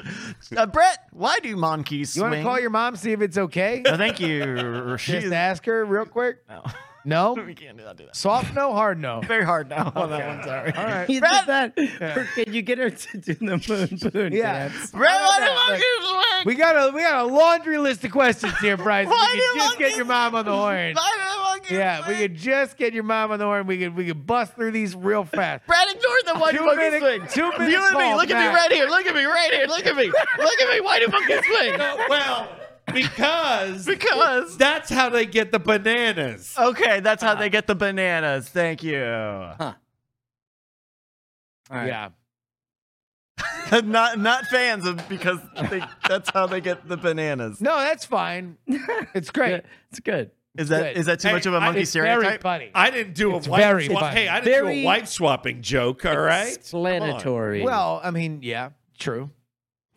Speaker 5: Uh, Brett, why do monkeys
Speaker 3: You want to
Speaker 5: swing?
Speaker 3: call your mom, see if it's okay?
Speaker 5: No, thank you. She
Speaker 3: Just
Speaker 5: is-
Speaker 3: ask her real quick.
Speaker 5: No,
Speaker 3: No?
Speaker 5: we can't do that. do that.
Speaker 3: Soft no, hard no.
Speaker 5: Very hard now on that one. Sorry.
Speaker 3: All right.
Speaker 2: you did that. Can you get her to do the moon moon
Speaker 3: Yeah.
Speaker 2: dance?
Speaker 5: Brett, why do
Speaker 3: Look,
Speaker 5: monkeys swing?
Speaker 3: We got a we got a laundry list of questions here, Bryce.
Speaker 5: Why
Speaker 3: we could
Speaker 5: do
Speaker 3: just get your
Speaker 5: monkeys-
Speaker 3: mom on the horn.
Speaker 5: Why do monkeys
Speaker 3: Yeah, we
Speaker 5: swing?
Speaker 3: could just get your mom on the horn. We could we could bust through these real fast.
Speaker 5: Brad and Jordan, why do
Speaker 3: Two
Speaker 5: monkeys
Speaker 3: minute- two
Speaker 5: swing?
Speaker 3: minute
Speaker 5: You and me,
Speaker 3: ball
Speaker 5: look at me
Speaker 3: back.
Speaker 5: right here. Look at me right here. Look at me. Look at me. Why do monkeys swing?
Speaker 1: well, because
Speaker 5: Because.
Speaker 1: that's how they get the bananas.
Speaker 5: Okay, that's how they get the bananas. Thank you.
Speaker 3: Yeah.
Speaker 5: not not fans of because they, that's how they get the bananas.
Speaker 3: No, that's fine. It's great.
Speaker 2: It's good.
Speaker 5: Is that
Speaker 3: good.
Speaker 5: is that too
Speaker 1: Hey,
Speaker 5: much of a
Speaker 1: I-
Speaker 5: monkey
Speaker 3: it's very
Speaker 5: stereotype?
Speaker 3: funny.
Speaker 1: I didn't do
Speaker 3: It's
Speaker 1: a wipe.
Speaker 3: very
Speaker 1: swa-
Speaker 3: funny.
Speaker 1: hey, I didn't do
Speaker 2: Very
Speaker 1: a wipe swapping joke. All right.
Speaker 2: Explanatory.
Speaker 3: Well, I mean, yeah, true.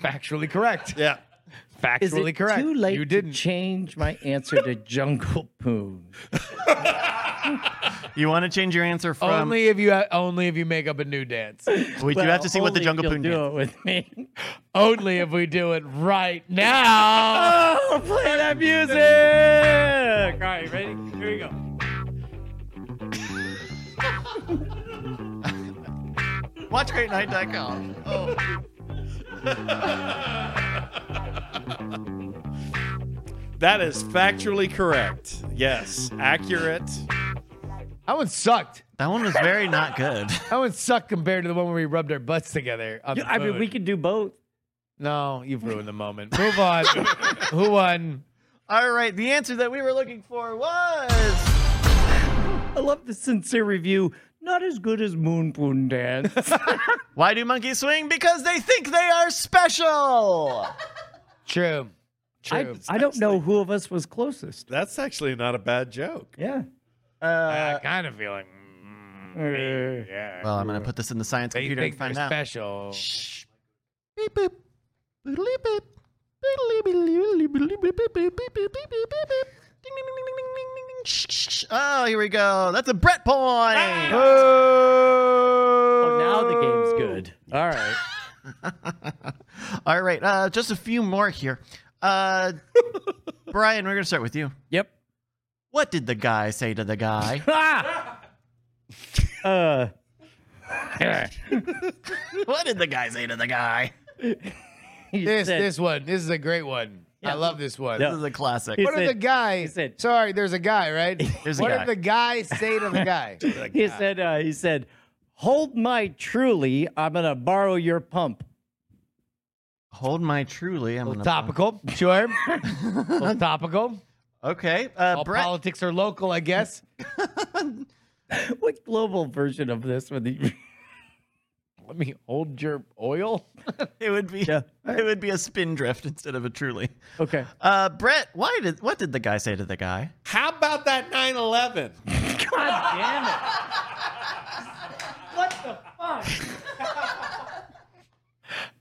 Speaker 3: Factually correct.
Speaker 1: Yeah.
Speaker 3: Factually
Speaker 2: is it
Speaker 3: correct.
Speaker 2: too late
Speaker 3: you didn't.
Speaker 2: to change my answer to jungle poon?
Speaker 5: You want to change your answer from?
Speaker 3: only if you only if you make up a new dance.
Speaker 5: we do have to see what the
Speaker 2: only if
Speaker 5: jungle
Speaker 2: you'll
Speaker 5: poon
Speaker 2: do
Speaker 5: did.
Speaker 2: it with me.
Speaker 3: only if we do it right now.
Speaker 2: Oh, play that music!
Speaker 3: All right, ready? Here we go.
Speaker 5: Watchgreatnight.com.
Speaker 1: That is factually correct. Yes. Accurate.
Speaker 3: That one sucked.
Speaker 5: That one was very not good.
Speaker 3: That one sucked compared to the one where we rubbed our butts together. on the
Speaker 2: I mean,
Speaker 3: moon.
Speaker 2: we could do both.
Speaker 3: No, you've ruined the moment. Move on. Who won?
Speaker 5: All right, the answer that we were looking for was
Speaker 2: I love the sincere review. Not as good as moon poon dance.
Speaker 5: why do monkeys swing? Because they think they are special.
Speaker 3: True. True.
Speaker 2: I, I don't know who of us was closest.
Speaker 1: That's actually not a bad joke.
Speaker 2: Yeah.
Speaker 3: I kind of mm, feel like
Speaker 2: Uh, oh,
Speaker 5: Well, I'm gonna put this in the science
Speaker 3: they
Speaker 5: computer and
Speaker 3: think
Speaker 5: find
Speaker 3: they're
Speaker 5: out.
Speaker 3: special.
Speaker 5: Beep, boop. Boodly, boop. Boodly, boodly, boodly, boodly, boop, boop, boop, boop, boop, boop, boop, boop. Ding, ding, ding, ding, ding, ding, ding, ding. Shh, shh, shh. Oh, here we go. That's a Brett
Speaker 3: Ah!
Speaker 5: point.
Speaker 2: Oh, now the game's good. All right.
Speaker 5: All right, uh, just a few more here. Uh, Brian, we're gonna start with you.
Speaker 2: Yep.
Speaker 5: What did the guy say to the guy?
Speaker 2: Ah! uh,
Speaker 5: what did the guy say to the guy?
Speaker 2: he
Speaker 3: This
Speaker 2: said,
Speaker 3: this one. This is a great one. I love this one.
Speaker 5: This is a classic.
Speaker 2: He
Speaker 3: What did
Speaker 2: said-
Speaker 3: the guy?
Speaker 2: he said-
Speaker 3: sorry, there's a guy, right?
Speaker 5: There's a
Speaker 3: what
Speaker 5: guy.
Speaker 3: did the guy say to the guy?
Speaker 2: he said, uh, he said, hold my truly, I'm going to borrow your pump.
Speaker 5: Hold my truly. I'm
Speaker 3: Little
Speaker 5: gonna
Speaker 3: topical, sure. Little topical.
Speaker 5: Okay, uh,
Speaker 3: All
Speaker 5: Brett.
Speaker 3: politics are local, I guess.
Speaker 2: What global version of this would the
Speaker 3: Let me hold your oil.
Speaker 5: It would be
Speaker 2: Yeah.
Speaker 5: it would be a spin drift instead of a truly.
Speaker 2: Okay.
Speaker 5: Uh, Brett, why did what did the guy say to the guy?
Speaker 1: How about that 9 11?
Speaker 2: God damn it.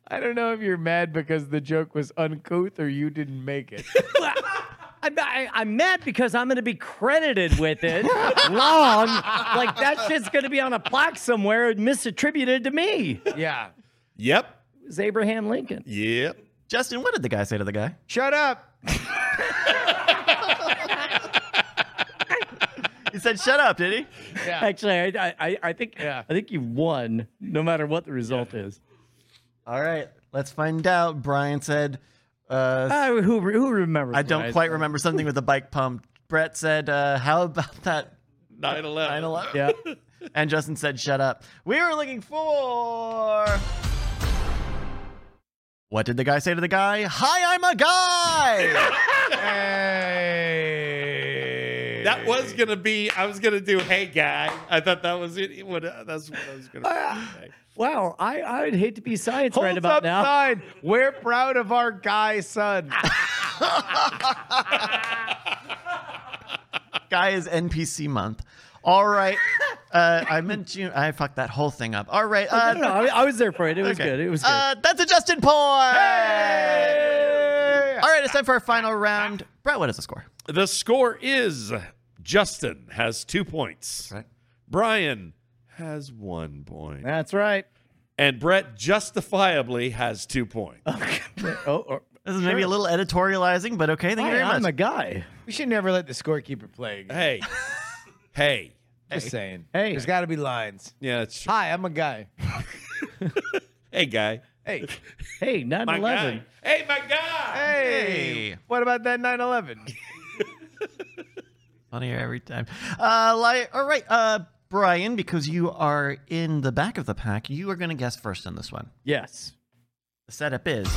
Speaker 3: I don't know if you're mad because the joke was uncouth or you didn't make it.
Speaker 2: I'm, I, I'm mad because I'm going to be credited with it long. Like that shit's going to be on a plaque somewhere and misattributed to me. It
Speaker 3: yeah.
Speaker 1: Yep.
Speaker 2: was Abraham Lincoln.
Speaker 1: Yep.
Speaker 5: Justin, what did the guy say to the guy?
Speaker 3: Shut up.
Speaker 5: He said, "Shut up," did he?
Speaker 3: Yeah.
Speaker 2: Actually, I, I- I, I think
Speaker 3: Yeah.
Speaker 2: I think you won, no matter what the result is.
Speaker 5: All right, let's find out. Brian said, uh,
Speaker 2: Uh, who re- who remembers?
Speaker 5: "I don't
Speaker 2: right?
Speaker 5: quite remember something with the bike pump." Brett said, uh, "How about that?"
Speaker 1: 9 11.
Speaker 5: 9/11?
Speaker 2: Yeah.
Speaker 5: And Justin said, "Shut up." We were looking for. What did the guy say to the guy? Hi, I'm a guy.
Speaker 3: Hey.
Speaker 1: That was going to be, I was going to do, hey, guy. I thought that was it. What- uh, That's what I was going to say.
Speaker 2: Wow. I I would hate to be science
Speaker 3: Holds
Speaker 2: right about
Speaker 3: up
Speaker 2: now.
Speaker 3: sign. We're proud of our guy son.
Speaker 5: guy is NPC month. All right. Uh, I meant June. I fucked that whole thing up. All right.
Speaker 2: I
Speaker 5: Uh,
Speaker 2: don't know. I, I was there for it. It was
Speaker 5: Okay.
Speaker 2: good. It was good.
Speaker 5: Uh, that's a Justin point. All right, it's time for our final round. Brett, what is the score?
Speaker 1: The score is Justin has two points.
Speaker 5: Right.
Speaker 1: Brian has one point.
Speaker 2: That's right.
Speaker 1: And Brett justifiably has two points.
Speaker 2: Oh, or,
Speaker 5: This is maybe a little editorializing, but okay. Thank
Speaker 2: Hi,
Speaker 5: you very
Speaker 2: I'm
Speaker 5: much.
Speaker 2: a guy.
Speaker 3: We should never let the scorekeeper play. again.
Speaker 1: hey. hey.
Speaker 3: Just saying.
Speaker 2: Hey.
Speaker 3: There's got to be lines.
Speaker 1: Yeah, that's true.
Speaker 3: Hi, I'm a guy.
Speaker 1: Hey, guy.
Speaker 3: Hey,
Speaker 2: Hey, 9
Speaker 1: My
Speaker 2: 11.
Speaker 1: guy. Hey, my guy.
Speaker 3: hey. What about that 9 11?
Speaker 5: Funnier every time. Uh, li- all right, uh, Brian, because you are in the back of the pack, you are going to guess first on this one.
Speaker 2: Yes.
Speaker 5: The setup is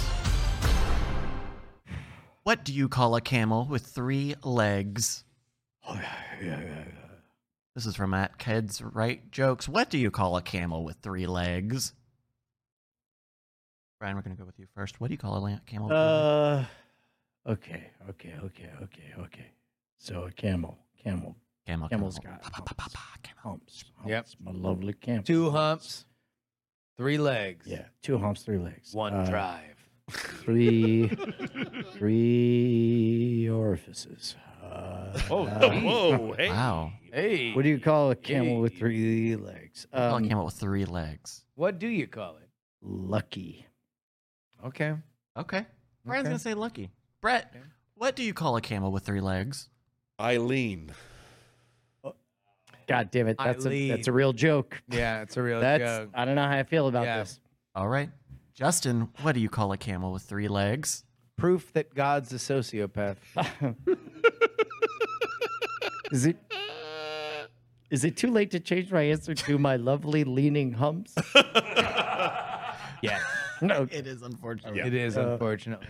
Speaker 5: What do you call a camel with three legs? This is from at Kids Right Jokes. What do you call a camel with three legs? Brian, we're going to go with you first. What do you call a la- camel? with three legs?
Speaker 2: Uh, okay, okay, okay, okay, okay. So a camel, camel,
Speaker 5: camel,
Speaker 2: camel's
Speaker 5: camel.
Speaker 2: got
Speaker 5: Pa, pa, pa, pa, pa, camel.
Speaker 2: humps. humps
Speaker 3: Yep.
Speaker 2: My lovely camel.
Speaker 3: Two humps, three legs,
Speaker 2: Yeah, two humps, three legs.
Speaker 3: one
Speaker 2: Uh,
Speaker 3: drive.
Speaker 2: Three, three orifices. Uh,
Speaker 1: Oh,
Speaker 2: uh,
Speaker 1: whoa. Hey.
Speaker 5: Wow.
Speaker 3: Hey.
Speaker 2: what do you call a camel with three legs?
Speaker 5: You call a
Speaker 2: Um,
Speaker 5: camel with three legs.
Speaker 3: What do you call it?
Speaker 2: lucky.
Speaker 3: Okay.
Speaker 5: Okay. Brian's going to say lucky. Brett, what do you call a camel with three legs?
Speaker 1: Eileen.
Speaker 2: God damn it, that's a, that's a
Speaker 3: Eileen.
Speaker 2: real joke.
Speaker 3: Yeah, it's a real
Speaker 2: That's
Speaker 3: joke.
Speaker 2: I don't know how I feel about
Speaker 3: Yeah.
Speaker 2: this.
Speaker 5: All right. Justin, what do you call a camel with three legs?
Speaker 3: Proof that God's a sociopath.
Speaker 2: Is it? Is it too late to change my answer to my lovely leaning humps?
Speaker 3: yeah,
Speaker 2: No.
Speaker 5: It is unfortunate.
Speaker 3: it is,
Speaker 2: Uh,
Speaker 3: unfortunately.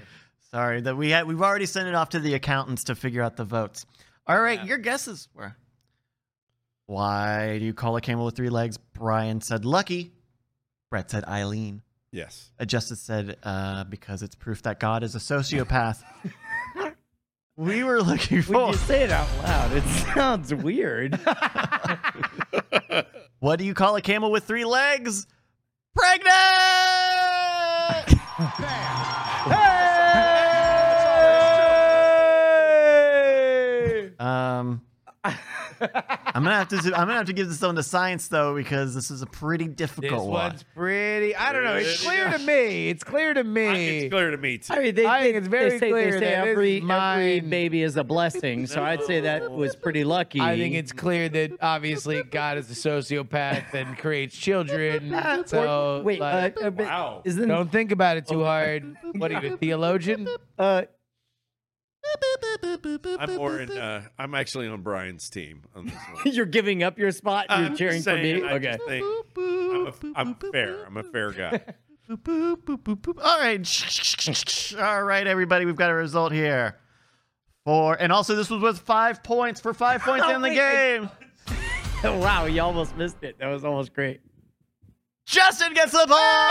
Speaker 5: Sorry that we had we've already sent it off to the accountants to figure out the votes. All right, your guesses were. Why do you call a camel with three legs? Brian said lucky. Brett said Eileen.
Speaker 1: Yes.
Speaker 5: Uh, Justice said uh, because it's proof that God is a sociopath. we were looking
Speaker 2: When
Speaker 3: Oh.
Speaker 5: for
Speaker 2: you say it out loud, it sounds weird.
Speaker 5: what do you call a camel with three legs? Pregnant. Um, I'm gonna have to. I'm gonna have to give this one to science though because this is a pretty difficult
Speaker 3: This
Speaker 5: one.
Speaker 3: one's pretty. I don't know. It's
Speaker 1: Pretty.
Speaker 3: clear to me. It's clear to
Speaker 1: I-
Speaker 3: me.
Speaker 1: It's clear to me, too.
Speaker 2: I mean, they,
Speaker 3: I think
Speaker 2: they-
Speaker 3: it's very
Speaker 2: they say,
Speaker 3: clear
Speaker 2: they say
Speaker 3: that it's
Speaker 2: every, every
Speaker 3: mine.
Speaker 2: baby is a blessing, so I'd say that was pretty lucky.
Speaker 3: I think it's clear that obviously God is a sociopath and creates children. So
Speaker 2: Wait,
Speaker 3: like,
Speaker 2: uh, uh, but
Speaker 1: Wow.
Speaker 2: isn't
Speaker 3: don't think about it too hard. What are you, a theologian?
Speaker 2: uh,
Speaker 1: I'm more in, uh, I'm actually on Brian's team on this one.
Speaker 2: you're giving up your spot? You're
Speaker 1: I'm
Speaker 2: cheering
Speaker 1: just
Speaker 2: for me?
Speaker 1: saying, I
Speaker 2: okay.
Speaker 1: just think I'm, a, I'm fair. I'm a fair guy.
Speaker 5: Boop, boop, boop, boop, boop. All right, all right, everybody, we've got a result here. Four, and also this was with five points for five points in the game.
Speaker 2: wow, you almost missed it. That was almost great.
Speaker 5: Justin gets the ball.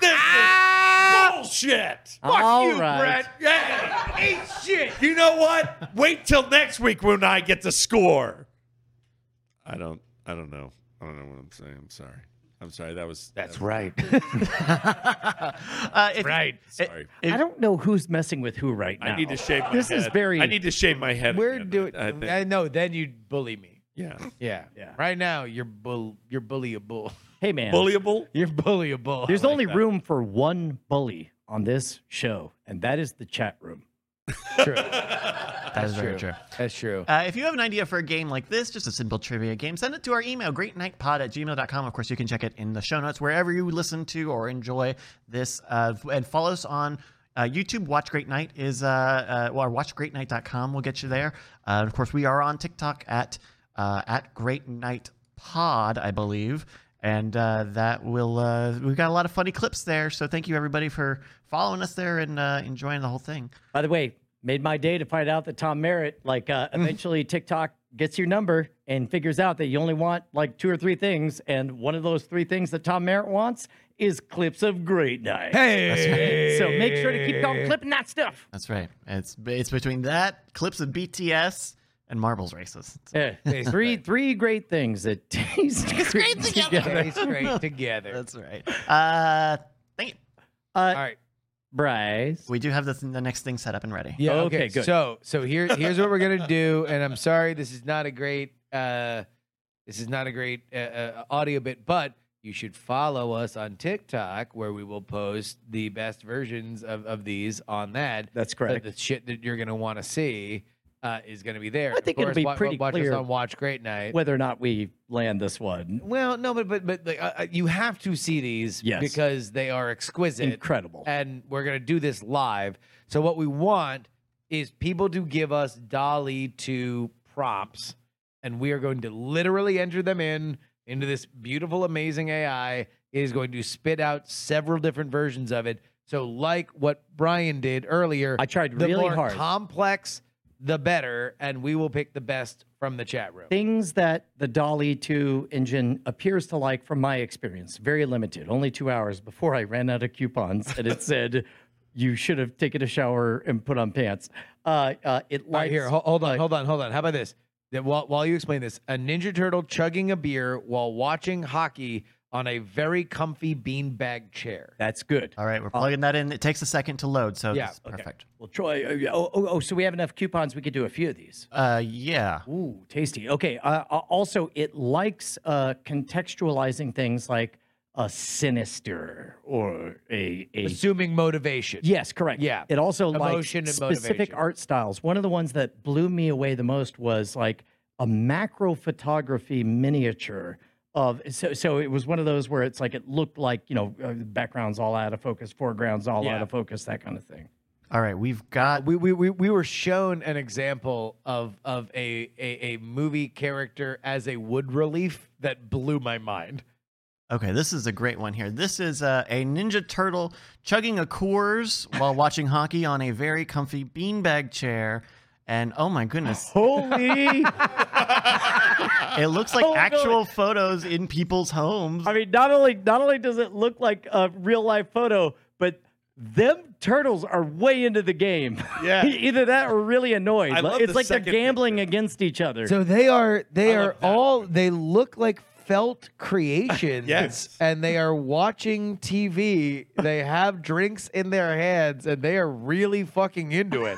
Speaker 1: This is bullshit. Fuck
Speaker 2: All
Speaker 1: you,
Speaker 2: right.
Speaker 1: Brett. Yeah. Eat shit. You know what? Wait till next week when I get to score. I don't. I don't know. I don't know what I'm saying. I'm sorry. I'm sorry. That was. That's
Speaker 3: Right.
Speaker 5: Uh, if-
Speaker 1: right. Sorry.
Speaker 2: I don't know who's messing with who right now.
Speaker 1: I need to shave my
Speaker 2: This
Speaker 1: head.
Speaker 2: is very.
Speaker 1: I need to shave my head.
Speaker 3: We're
Speaker 1: again,
Speaker 3: doing.
Speaker 1: I,
Speaker 3: I,
Speaker 1: I think.
Speaker 3: know. Then you bully me.
Speaker 1: yeah.
Speaker 3: Yeah.
Speaker 2: Yeah.
Speaker 3: Right now, you're bull. You're bullyable.
Speaker 2: hey man,
Speaker 1: Bullyable.
Speaker 3: You're bullyable.
Speaker 2: there's
Speaker 3: I like
Speaker 2: only
Speaker 3: that.
Speaker 2: room for one bully on this show, and that is the chat room.
Speaker 3: True.
Speaker 5: that is very true.
Speaker 3: That's true.
Speaker 5: Uh, if you have an idea for a game like this, just a simple trivia game, send it to our email, greatnightpod at gmail.com. Of course, you can check it in the show notes wherever you listen to or enjoy this. Uh, and follow us on uh, YouTube. Watch Great Night is, uh, uh, well, watchgreatnight.com will get you there. Uh, and of course, we are on TikTok at, uh, at Great Night Pod, I believe. And uh, that will, uh, we've got a lot of funny clips there. So thank you, everybody, for following us there and uh, enjoying the whole thing.
Speaker 2: By the way, made my day to find out that Tom Merritt, like, uh, eventually TikTok gets your number and figures out that you only want like two or three things, and one of those three things that Tom Merritt wants is clips of Great Night.
Speaker 3: Hey.
Speaker 2: So make sure to keep on clipping that stuff.
Speaker 5: That's right. It's it's between that clips of BTS and marbles races.
Speaker 2: Yeah. three three great things that taste great together.
Speaker 3: Taste great together.
Speaker 5: That's right. Uh, thank you.
Speaker 2: Uh,
Speaker 3: All right.
Speaker 2: Bryce.
Speaker 5: We do have the, the next thing set up and ready.
Speaker 3: Yeah.
Speaker 2: Okay, good.
Speaker 3: So so here here's what we're gonna do, and I'm sorry this is not a great uh, this is not a great uh, uh, audio bit, but you should follow us on TikTok where we will post the best versions of, of these on that.
Speaker 2: That's
Speaker 3: So
Speaker 2: correct.
Speaker 3: The shit that you're gonna want to see uh, is gonna be there.
Speaker 2: I think it'll be
Speaker 3: wa- wa-
Speaker 2: pretty
Speaker 3: watch
Speaker 2: clear
Speaker 3: us on Watch Great Night.
Speaker 2: Whether or not we land this one,
Speaker 3: Well, no, but but but like, uh, uh, you have to see these
Speaker 2: Yes.
Speaker 3: because they are exquisite,
Speaker 2: incredible.
Speaker 3: and we're gonna do this live. So what we want is people to give us dolly to props, and we are going to literally enter them in into this beautiful, amazing AI. It is going to spit out several different versions of it. So like what Brian did earlier,
Speaker 2: I tried
Speaker 3: the
Speaker 2: really
Speaker 3: more
Speaker 2: hard.
Speaker 3: complex, the better, and we will pick the best from the chat room.
Speaker 2: Things that the Dolly 2 engine appears to like from my experience, very limited. Only two hours before I ran out of coupons and it said, you should have taken a shower and put on pants. Uh, uh, it likes.
Speaker 3: All right, here, ho- hold on, hold on, hold on. How about this? That while, while you explain this, a Ninja Turtle chugging a beer while watching hockey on a very comfy beanbag chair.
Speaker 2: That's good.
Speaker 5: All right, we're plugging that in. It takes a second to load, so
Speaker 3: Yeah,
Speaker 5: yeah, perfect.
Speaker 2: Well, Troy, oh, yeah, oh, oh, oh, so we have enough coupons. We could do a few of these.
Speaker 5: Uh, yeah.
Speaker 2: Ooh, tasty. Okay. Uh, uh, also, it likes uh, contextualizing things like a sinister or a, a
Speaker 3: Assuming motivation.
Speaker 2: Yes, correct.
Speaker 3: Yeah.
Speaker 2: It also likes
Speaker 3: Emotion and
Speaker 2: specific
Speaker 3: motivation.
Speaker 2: art styles. One of the ones that blew me away the most was like a macro photography miniature of so so it was one of those where it's like it looked like, you know, uh, backgrounds all out of focus, foregrounds all
Speaker 3: Yeah.
Speaker 2: out of focus, that kind of thing.
Speaker 5: All right, we've got.
Speaker 3: We, we, we, we were shown an example of of a, a, a movie character as a wood relief that blew my mind.
Speaker 5: Okay, this is a great one here. This is uh, a Ninja Turtle chugging a Coors while watching hockey on a very comfy beanbag chair. And oh my goodness,
Speaker 2: Holy
Speaker 5: it looks like
Speaker 2: Oh, no.
Speaker 5: actual photos in people's homes.
Speaker 2: I mean, not only not only does it look like a real life photo, but them turtles are way into the game.
Speaker 1: Yeah.
Speaker 2: Either that or really annoyed.
Speaker 1: I love
Speaker 2: it's
Speaker 1: the
Speaker 2: like they're
Speaker 1: second
Speaker 2: gambling against each other.
Speaker 3: So they are they
Speaker 1: I
Speaker 3: are
Speaker 1: love that.
Speaker 3: all they look like felt creations.
Speaker 1: Yes.
Speaker 3: And they are watching TV. They have drinks in their hands and they are really fucking into it.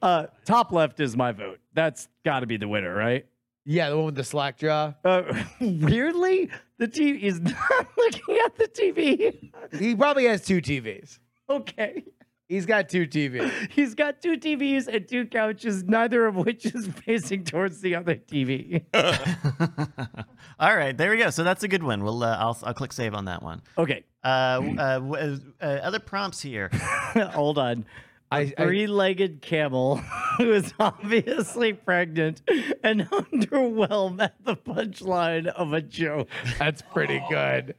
Speaker 2: uh, top left is my vote. That's got to be the winner, right?
Speaker 3: Yeah, the one with the slack jaw.
Speaker 2: Uh, weirdly, the TV is not looking at the TV.
Speaker 3: He probably has two TVs.
Speaker 2: okay.
Speaker 3: He's got two TVs.
Speaker 2: He's got two TVs and two couches, neither of which is facing towards the other TV.
Speaker 5: All right, there we go. So that's a good one. We'll uh, I'll, I'll click save on that one.
Speaker 2: Okay,
Speaker 5: Uh, w- uh, w- uh, other prompts here.
Speaker 2: hold on.
Speaker 3: I, I-
Speaker 2: three-legged camel who is obviously pregnant and underwhelmed at the punchline of a joke.
Speaker 3: that's
Speaker 1: Oh,
Speaker 3: pretty good.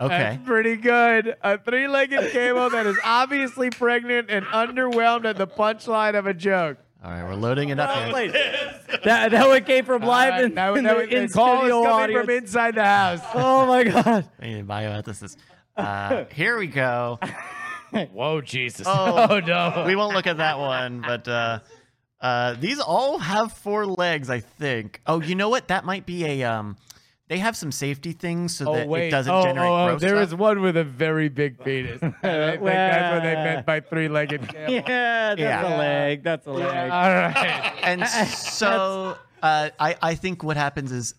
Speaker 5: Okay,
Speaker 3: That's pretty good. A three-legged camel that is obviously pregnant and underwhelmed at the punchline of a joke.
Speaker 5: all right, we're loading it up here.
Speaker 2: That that Uh, one came from live
Speaker 3: All right,
Speaker 2: in,
Speaker 3: that-
Speaker 2: in
Speaker 3: that-
Speaker 2: the in
Speaker 3: the call is
Speaker 2: studio
Speaker 3: coming
Speaker 2: audience.
Speaker 3: from inside the house.
Speaker 2: oh my god!
Speaker 5: I need bioethicist. Uh, here we go.
Speaker 3: Whoa, Jesus.
Speaker 5: Oh.
Speaker 3: no.
Speaker 5: we won't look at that one, but uh, uh, these all have four legs, I think. Oh, you know what? That might be a. Um, they have some safety things so that it doesn't
Speaker 3: oh,
Speaker 5: generate
Speaker 3: oh, oh,
Speaker 5: gross
Speaker 3: there
Speaker 5: stuff.
Speaker 3: is one with a very big penis. And I think that's what they meant by three-legged camel.
Speaker 2: Yeah, that's
Speaker 5: Yeah.
Speaker 2: a leg. That's a leg.
Speaker 3: All right.
Speaker 5: and so uh, I, I think what happens is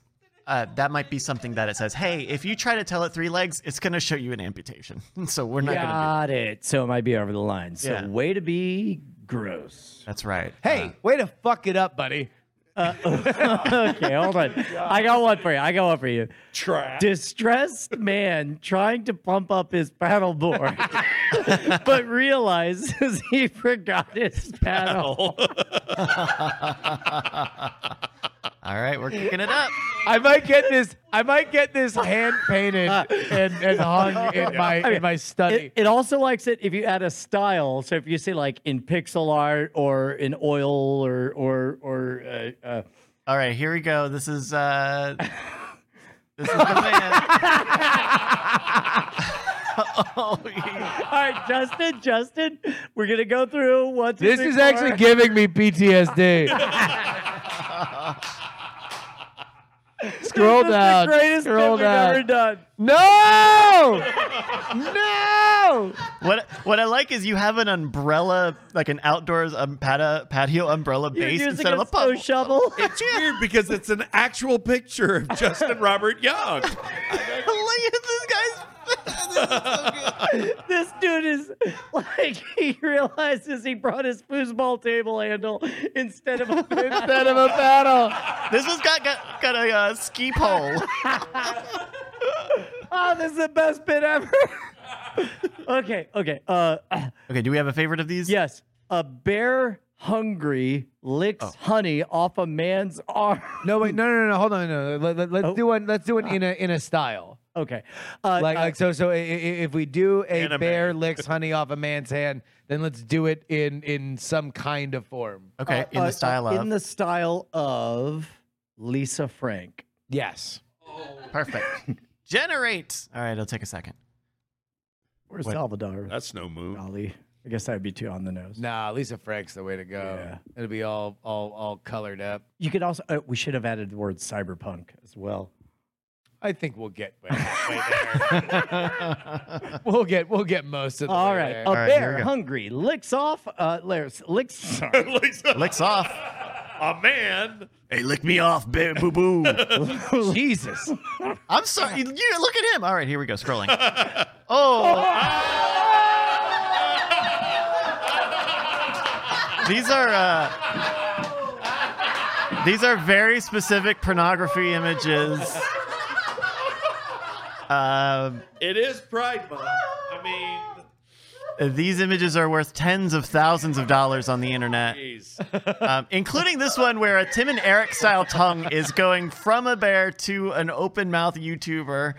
Speaker 5: uh, that might be something that it says, hey, if you try to tell it three legs, it's going to show you an amputation. so we're not going to do
Speaker 2: Got it. So it might be over the line. So
Speaker 5: Yeah.
Speaker 2: way to be gross.
Speaker 5: That's right.
Speaker 3: Hey, way to fuck it up, buddy.
Speaker 2: okay, hold on. I got one for you. I got one for you. Distressed man trying to pump up his paddleboard, but realizes he forgot his paddle.
Speaker 5: all right, we're kicking it up.
Speaker 3: I might get this. I might get this hand painted and, and hung in my in my study.
Speaker 2: It, it also likes it if you add a style. So if you say like in pixel art or in oil or or or uh, uh,
Speaker 5: All right, here we go. This is uh this is the man. oh, yeah.
Speaker 2: all right, Justin, Justin, we're gonna go through what
Speaker 3: This is actually giving me PTSD. Excuse Scroll down.
Speaker 2: The greatest
Speaker 3: Scroll
Speaker 2: bit
Speaker 3: down.
Speaker 2: we've ever done.
Speaker 3: No! no!
Speaker 5: What what I like is you have an umbrella, like an outdoors um, pata, patio umbrella
Speaker 2: You're
Speaker 5: base
Speaker 2: using
Speaker 5: instead
Speaker 2: a
Speaker 5: of a
Speaker 2: snow
Speaker 5: puddle.
Speaker 2: shovel.
Speaker 1: It's weird because it's an actual picture of Justin Robert Young.
Speaker 5: Look at this guy's.
Speaker 2: this dude is like he realizes he brought his foosball table handle instead of a
Speaker 3: Instead of a paddle.
Speaker 5: This one's got got, got a uh, ski pole.
Speaker 2: oh, this is the best bit ever. okay, okay. Uh,
Speaker 5: okay, do we have a favorite of these?
Speaker 2: yes, a bear hungry licks
Speaker 5: Oh.
Speaker 2: honey off a man's arm.
Speaker 3: No, wait, no, no, no, no. Hold on, no. no. Let, let, let's
Speaker 2: Oh.
Speaker 3: do one. Let's do one in a in a style.
Speaker 2: Okay, uh,
Speaker 3: Like,
Speaker 2: uh,
Speaker 3: like so, so i- i- if we do a
Speaker 5: Anime.
Speaker 3: bear licks honey off a man's hand, then let's do it in in some kind of form.
Speaker 5: Okay,
Speaker 2: uh,
Speaker 5: in
Speaker 2: uh,
Speaker 5: the style
Speaker 2: uh,
Speaker 5: of
Speaker 2: in the style of Lisa Frank.
Speaker 3: Yes.
Speaker 5: perfect. Generate. All right, it'll take a second.
Speaker 2: Or Salvador
Speaker 1: That's no move.
Speaker 2: Dali. I guess that would be too on the nose.
Speaker 3: Nah, Lisa Frank's the way to go.
Speaker 2: Yeah.
Speaker 3: It'll be all all all colored up.
Speaker 2: You could also. Uh, we should have added the word cyberpunk as well.
Speaker 3: I think we'll get halfway there. we'll get we'll get most of the
Speaker 2: All
Speaker 3: way
Speaker 2: right, a
Speaker 3: there.
Speaker 5: right, here we
Speaker 2: bear
Speaker 5: go.
Speaker 2: hungry licks off. Uh, licks, licks. Sorry.
Speaker 1: Licks-
Speaker 5: Licks off.
Speaker 1: a oh, man.
Speaker 5: Hey, lick me off, boo boo.
Speaker 3: Jesus.
Speaker 5: I'm sorry. You look at him. All right, here we go. Scrolling. Oh. these are uh, these are very specific pornography images. Uh,
Speaker 1: It is Pride Month. I mean,
Speaker 5: these images are worth tens of thousands of dollars on the internet.
Speaker 1: geez.
Speaker 5: um, including this one where a Tim and Eric style tongue is going from a bear to an open mouth YouTuber.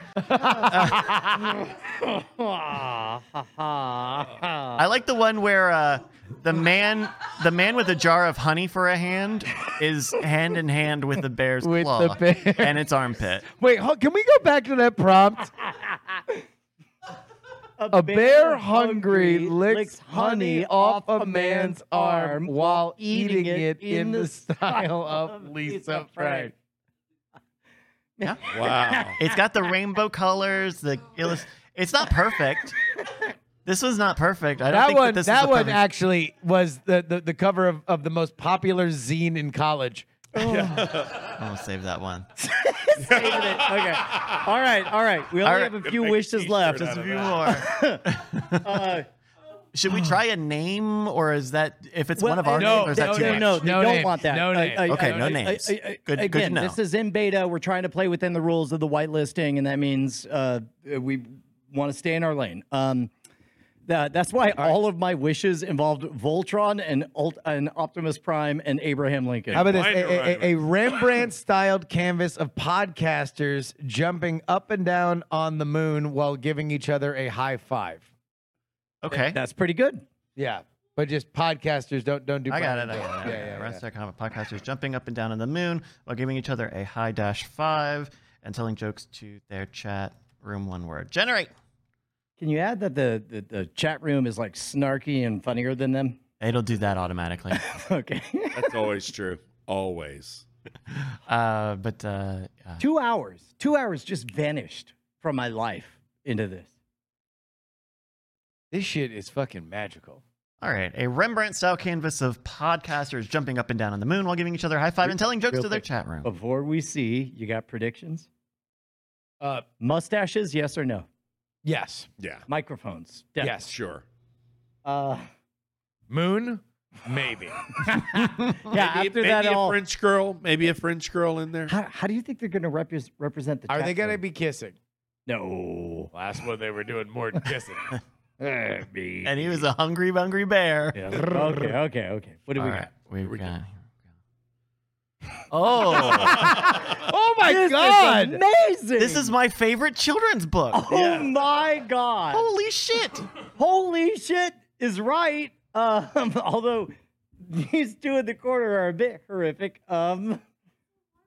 Speaker 5: I like the one where uh, the man, the man with a jar of honey for a hand, is hand in hand with the bear's
Speaker 3: With the
Speaker 5: claw
Speaker 3: bear.
Speaker 5: and its armpit.
Speaker 3: Wait, hold- can we go back to that prompt? A bear hungry licks honey off a man's arm while eating it in the style of Lisa Frank.
Speaker 1: Wow.
Speaker 5: It's got the rainbow colors. The illus- It's not perfect. This was not perfect. I don't
Speaker 3: That
Speaker 5: think
Speaker 3: one,
Speaker 5: that this
Speaker 3: that,
Speaker 5: is the
Speaker 3: one
Speaker 5: perfect-
Speaker 3: actually was the, the, the cover of, of the most popular zine in college.
Speaker 5: I'll save that one.
Speaker 2: Saving it. Okay. All right. All right. We only
Speaker 5: All right,
Speaker 2: have a few
Speaker 1: make a
Speaker 2: wishes
Speaker 1: t-shirt
Speaker 2: left.
Speaker 1: out of it.
Speaker 5: Few more.
Speaker 2: Uh,
Speaker 5: Should we try a name, or is that if it's
Speaker 2: Well,
Speaker 5: one of our
Speaker 3: no,
Speaker 5: names, or is that
Speaker 3: no,
Speaker 5: too
Speaker 2: no,
Speaker 5: much?
Speaker 2: no, they
Speaker 3: No
Speaker 2: don't
Speaker 3: names.
Speaker 2: want that.
Speaker 3: No names.
Speaker 5: Okay, no
Speaker 2: I-
Speaker 5: names.
Speaker 2: I- I-
Speaker 5: Good- good to
Speaker 2: again,
Speaker 5: know.
Speaker 2: this is in beta. We're trying to play within the rules of the whitelisting, and that means uh, we want to stay in our lane. Um, that, that's why all of my wishes involved Voltron and, Ult- and Optimus Prime and Abraham Lincoln.
Speaker 3: How about this?
Speaker 1: Wine
Speaker 3: A,
Speaker 1: arrival.
Speaker 3: a, Rembrandt styled canvas of podcasters jumping up and down on the moon while giving each other a high five.
Speaker 5: Okay,
Speaker 2: that's pretty good.
Speaker 3: Yeah. But just podcasters don't don't do
Speaker 5: I got it. I
Speaker 3: Brian
Speaker 5: got
Speaker 3: Adams.
Speaker 5: it.
Speaker 3: Yeah, yeah, yeah.
Speaker 5: Rest of comic podcasters jumping up and down on the moon while giving each other a high dash five and telling jokes to their chat room. One word. Generate.
Speaker 2: Can you add that the, the, the chat room is like snarky and funnier than them?
Speaker 5: It'll do that automatically.
Speaker 2: Okay.
Speaker 1: That's always true. Always.
Speaker 5: uh, but uh, uh,
Speaker 2: two hours. Two hours just vanished from my life into this.
Speaker 3: This shit is fucking magical.
Speaker 5: all right, a Rembrandt style canvas of podcasters jumping up and down on the moon while giving each other a high five and telling jokes
Speaker 2: real
Speaker 5: to their
Speaker 2: quick. Oh,
Speaker 5: chat room.
Speaker 2: Before we see, you got predictions?
Speaker 3: Uh
Speaker 2: Mustaches, yes or no?
Speaker 3: yes.
Speaker 1: Yeah.
Speaker 2: Microphones, definitely.
Speaker 3: Yes.
Speaker 1: Sure.
Speaker 2: Uh,
Speaker 3: Moon? Maybe.
Speaker 2: yeah,
Speaker 1: Maybe,
Speaker 2: after
Speaker 1: maybe
Speaker 2: that,
Speaker 1: a
Speaker 2: all.
Speaker 1: French girl. Maybe a French girl in there.
Speaker 2: How, how do you think they're going to repre- represent the?
Speaker 3: Are
Speaker 2: chat
Speaker 3: they gonna
Speaker 2: room?
Speaker 3: be kissing?
Speaker 2: No.
Speaker 3: Well, that's what they were doing more than kissing.
Speaker 5: And he was a hungry, hungry bear.
Speaker 2: Yeah. okay. Okay. Okay. What do
Speaker 5: All
Speaker 2: we
Speaker 5: right,
Speaker 2: got?
Speaker 5: we've
Speaker 1: we go.
Speaker 5: got. Oh.
Speaker 3: oh my
Speaker 2: This is
Speaker 3: god!
Speaker 2: amazing.
Speaker 5: This is my favorite children's book.
Speaker 2: Oh my god!
Speaker 5: Holy shit!
Speaker 2: Holy shit is right. Um, although these two in the corner are a bit horrific. Um,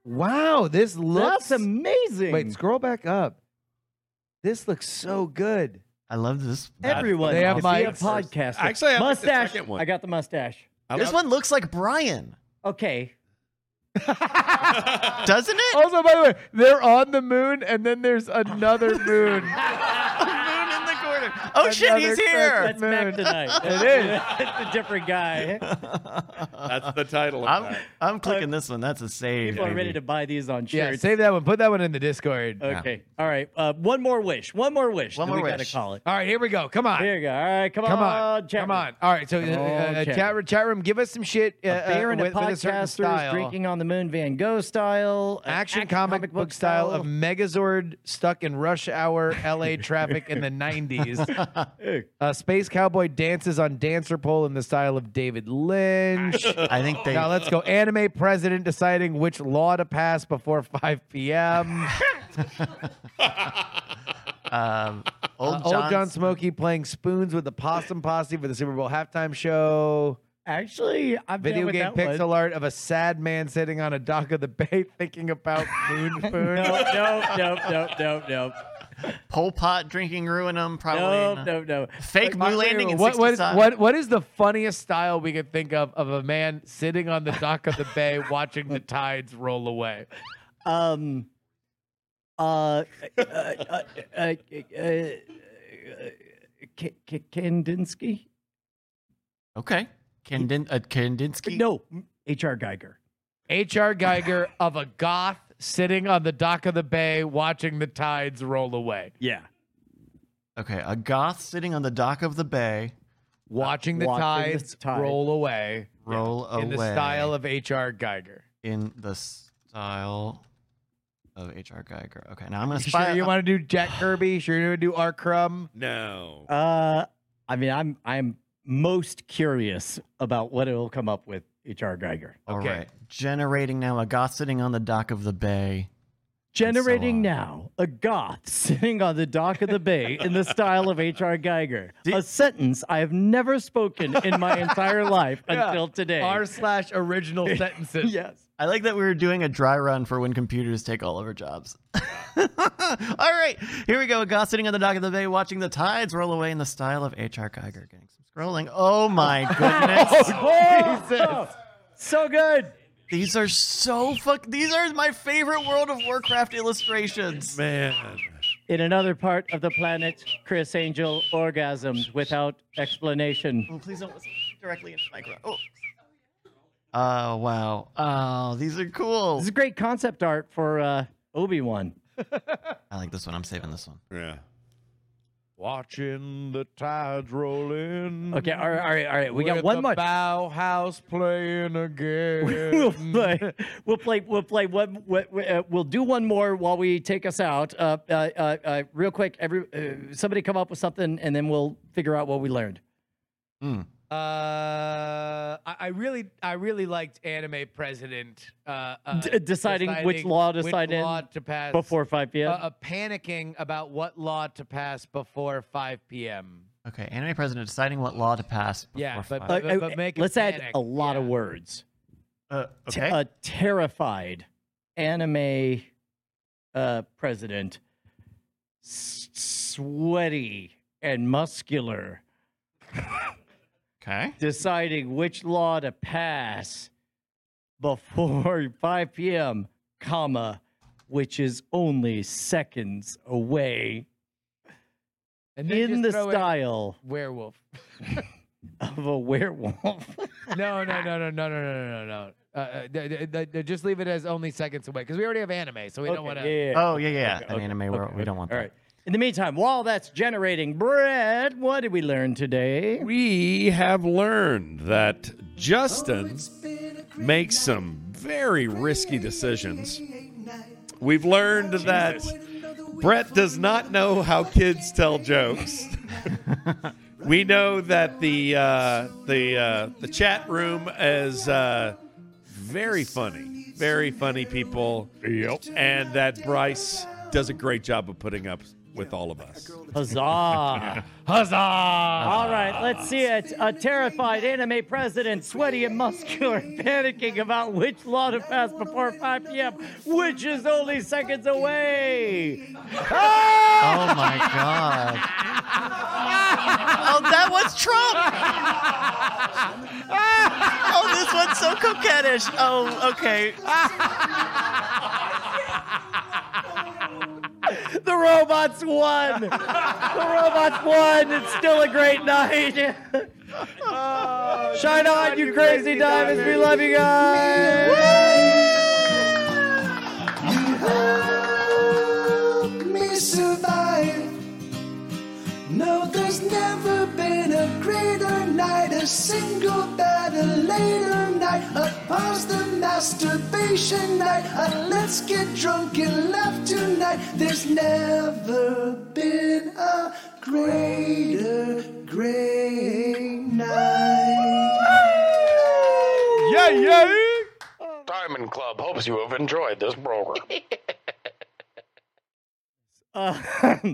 Speaker 3: Wow, this looks
Speaker 2: that's amazing.
Speaker 3: Wait, scroll back up. This looks so good.
Speaker 5: I love this.
Speaker 2: Everyone,
Speaker 3: They have
Speaker 2: is a
Speaker 3: mics.
Speaker 2: podcast.
Speaker 1: Actually, I like the
Speaker 2: mustache.
Speaker 1: second one.
Speaker 2: I got the mustache.
Speaker 1: I
Speaker 5: This
Speaker 1: love-
Speaker 5: one looks like Brian.
Speaker 2: Okay,
Speaker 5: Doesn't it?
Speaker 3: Also, by the way, they're on the moon, and then there's another moon.
Speaker 5: Moon in the corner. Oh shit,
Speaker 3: Another
Speaker 5: he's here.
Speaker 3: Christmas.
Speaker 2: That's Mac
Speaker 3: Moon.
Speaker 2: tonight.
Speaker 3: It is.
Speaker 2: That's a different guy.
Speaker 1: That's the title. Of
Speaker 5: I'm
Speaker 1: that.
Speaker 5: I'm clicking this one. That's a
Speaker 2: Uh,
Speaker 5: save.
Speaker 2: People are
Speaker 5: baby.
Speaker 2: ready to buy these on
Speaker 3: Yeah,
Speaker 2: shirts.
Speaker 3: save that one. Put that one in the Discord.
Speaker 2: okay. All right. Uh, one more wish. One more wish.
Speaker 5: One
Speaker 2: Then
Speaker 5: more
Speaker 2: we gotta
Speaker 5: wish.
Speaker 2: call it.
Speaker 3: All right, here we go. Come on.
Speaker 2: There you go. All right. Come,
Speaker 3: Come
Speaker 2: on.
Speaker 3: on.
Speaker 2: chat
Speaker 3: Come
Speaker 2: room.
Speaker 3: on. All right. So, uh,
Speaker 2: Come
Speaker 3: uh,
Speaker 2: on,
Speaker 3: uh,
Speaker 2: chat
Speaker 3: chat,
Speaker 2: room.
Speaker 3: room- chat room, give us some shit. Uh,
Speaker 2: A beer
Speaker 3: uh,
Speaker 2: and a
Speaker 3: with, with a certain
Speaker 2: podcaster
Speaker 3: style.
Speaker 2: drinking on the moon, Van Gogh style, an
Speaker 3: Uh, Action, comic, book style of Megazord stuck in rush hour LA traffic in the 90s. uh, Space Cowboy dances on dancer pole in the style of David Lynch.
Speaker 5: I think they.
Speaker 3: Now let's go. Anime president deciding which law to pass before 5 p.m.
Speaker 5: um, old,
Speaker 3: Uh,
Speaker 5: John,
Speaker 3: Old John Smokey playing spoons with the Possum Posse for the Super Bowl halftime show.
Speaker 2: Actually, I'm down
Speaker 3: Video
Speaker 2: with
Speaker 3: game
Speaker 2: that one.
Speaker 3: pixel art of a sad man sitting on a dock of the bay thinking about moon food.
Speaker 2: No, no, no, no, no, no,
Speaker 5: Pol Pot drinking ruin them probably.
Speaker 2: no,
Speaker 5: not.
Speaker 2: no, no.
Speaker 5: Fake
Speaker 3: Wait,
Speaker 5: moon
Speaker 3: wait,
Speaker 5: landing
Speaker 3: wait,
Speaker 5: in
Speaker 3: what, what, is,
Speaker 5: 65.
Speaker 3: what, what is the funniest style we could think of of a man sitting on the dock of the bay watching the tides roll away?
Speaker 2: Um, uh, uh, uh, uh, uh, uh, K- K- Kandinsky?
Speaker 5: Okay. Kandin, uh, Kandinsky.
Speaker 2: No, H.R. Geiger.
Speaker 3: H.R. Geiger of a goth sitting on the dock of the bay watching the tides roll away,
Speaker 2: Yeah.
Speaker 5: Okay, a goth sitting on the dock of the bay.
Speaker 3: watching the
Speaker 2: watching the
Speaker 3: tides
Speaker 2: tide.
Speaker 3: roll away
Speaker 5: Roll away.
Speaker 3: in the style of H.R. Geiger.
Speaker 5: in the style of H.R. Geiger. Okay, now I'm gonna
Speaker 3: You
Speaker 5: spy.
Speaker 3: sure you want to do Jack Kirby? Sure you want to do R. Crumb?
Speaker 1: No.
Speaker 2: Uh, I mean, I'm I'm most curious about what it'll come up with H.R. Geiger.
Speaker 5: All
Speaker 3: okay.
Speaker 5: right, generating now a goth sitting on the dock of the bay.
Speaker 2: Generating
Speaker 5: on.
Speaker 2: now a goth sitting on the dock of the bay in the style of H.R. Geiger.
Speaker 5: Did-
Speaker 2: a sentence I have never spoken in my entire life
Speaker 3: Yeah.
Speaker 2: until today.
Speaker 3: R slash original sentences.
Speaker 2: yes.
Speaker 5: I like that we were doing a dry run for when computers take all of our jobs. all right, here we go. A goth sitting on the dock of the bay, watching the tides roll away in the style of H.R. Geiger. Getting some scrolling. Oh my goodness.
Speaker 2: Oh, So good.
Speaker 5: These are so fuck. These are my favorite World of Warcraft illustrations.
Speaker 1: Man.
Speaker 2: In another part of the planet, Chris Angel orgasmed without explanation.
Speaker 5: Oh, please don't listen directly into the micro. Oh. Oh wow. Oh, these are cool.
Speaker 2: This is great concept art for uh, Obi Wan.
Speaker 5: I like this one. I'm saving this one.
Speaker 1: Yeah.
Speaker 3: Watching the tides roll in.
Speaker 2: Okay, all right, all right, all right. We got
Speaker 3: with
Speaker 2: one
Speaker 3: Mm-hmm. the
Speaker 2: more.
Speaker 3: Bauhaus playing again.
Speaker 2: we'll play. We'll play. We'll play. One, what, uh, we'll do one more while we take us out. Uh, uh, uh, uh, real quick, every uh, somebody come up with something, and then we'll figure out what we learned.
Speaker 3: Uh, I, I really, I really liked anime president uh, uh,
Speaker 2: D- deciding which law to sign in
Speaker 3: law to pass
Speaker 2: Before five
Speaker 3: uh,
Speaker 2: p.m.
Speaker 3: uh, panicking about what law to pass before 5 p.m.
Speaker 5: Okay, anime president deciding what law to pass. Before
Speaker 3: Yeah,
Speaker 5: five-
Speaker 3: but-
Speaker 2: Uh, uh,
Speaker 3: make 'em
Speaker 2: let's add
Speaker 3: panic,
Speaker 2: a lot of
Speaker 3: yeah.
Speaker 2: words.
Speaker 5: uh,
Speaker 2: t-
Speaker 5: okay.
Speaker 2: a terrified anime uh, president, s- sweaty and muscular,
Speaker 5: okay.
Speaker 2: deciding which law to pass before 5 p.m., comma, which is only seconds away
Speaker 3: And then
Speaker 2: in
Speaker 3: just
Speaker 2: the
Speaker 3: throw in
Speaker 2: style
Speaker 3: werewolf.
Speaker 2: of a werewolf.
Speaker 3: No, no, no, no, no, no, no, no, no. Uh, uh, th- th- th- th- just leave it as only seconds away because we already have anime, so we don't
Speaker 2: Okay,
Speaker 3: want to.
Speaker 2: yeah, yeah.
Speaker 5: Oh yeah, yeah. An anime world. we don't want
Speaker 2: All
Speaker 5: that.
Speaker 2: right. In the meantime, while that's generating bread, what did we learn today?
Speaker 1: We have learned that Justin makes some very risky decisions. We've learned that Brett does not know how kids tell jokes. we know that the uh, the uh, the chat room is uh, very funny, very funny people. Yep. And that Bryce does a great job of putting up with all of us.
Speaker 2: Huzzah!
Speaker 5: Uh,
Speaker 3: Huzzah!
Speaker 2: All right, let's see it. A terrified anime president, sweaty and muscular, panicking about which law to pass before 5 p.m., which is only seconds away.
Speaker 5: Oh
Speaker 8: my god.
Speaker 5: Oh, that was Trump. oh, this one's so coquettish. Oh, okay.
Speaker 3: The robots won. the robots won. It's still a great night. Shine on, you crazy divers. We love you guys.
Speaker 9: me survive. No, there's never been a greater night, a single better later night. A pause the masturbation night, a let's get drunk and laugh tonight. There's never been a greater, great night.
Speaker 10: Yeah, yeah.
Speaker 11: Diamond Club hopes you have enjoyed this program.
Speaker 3: Uh,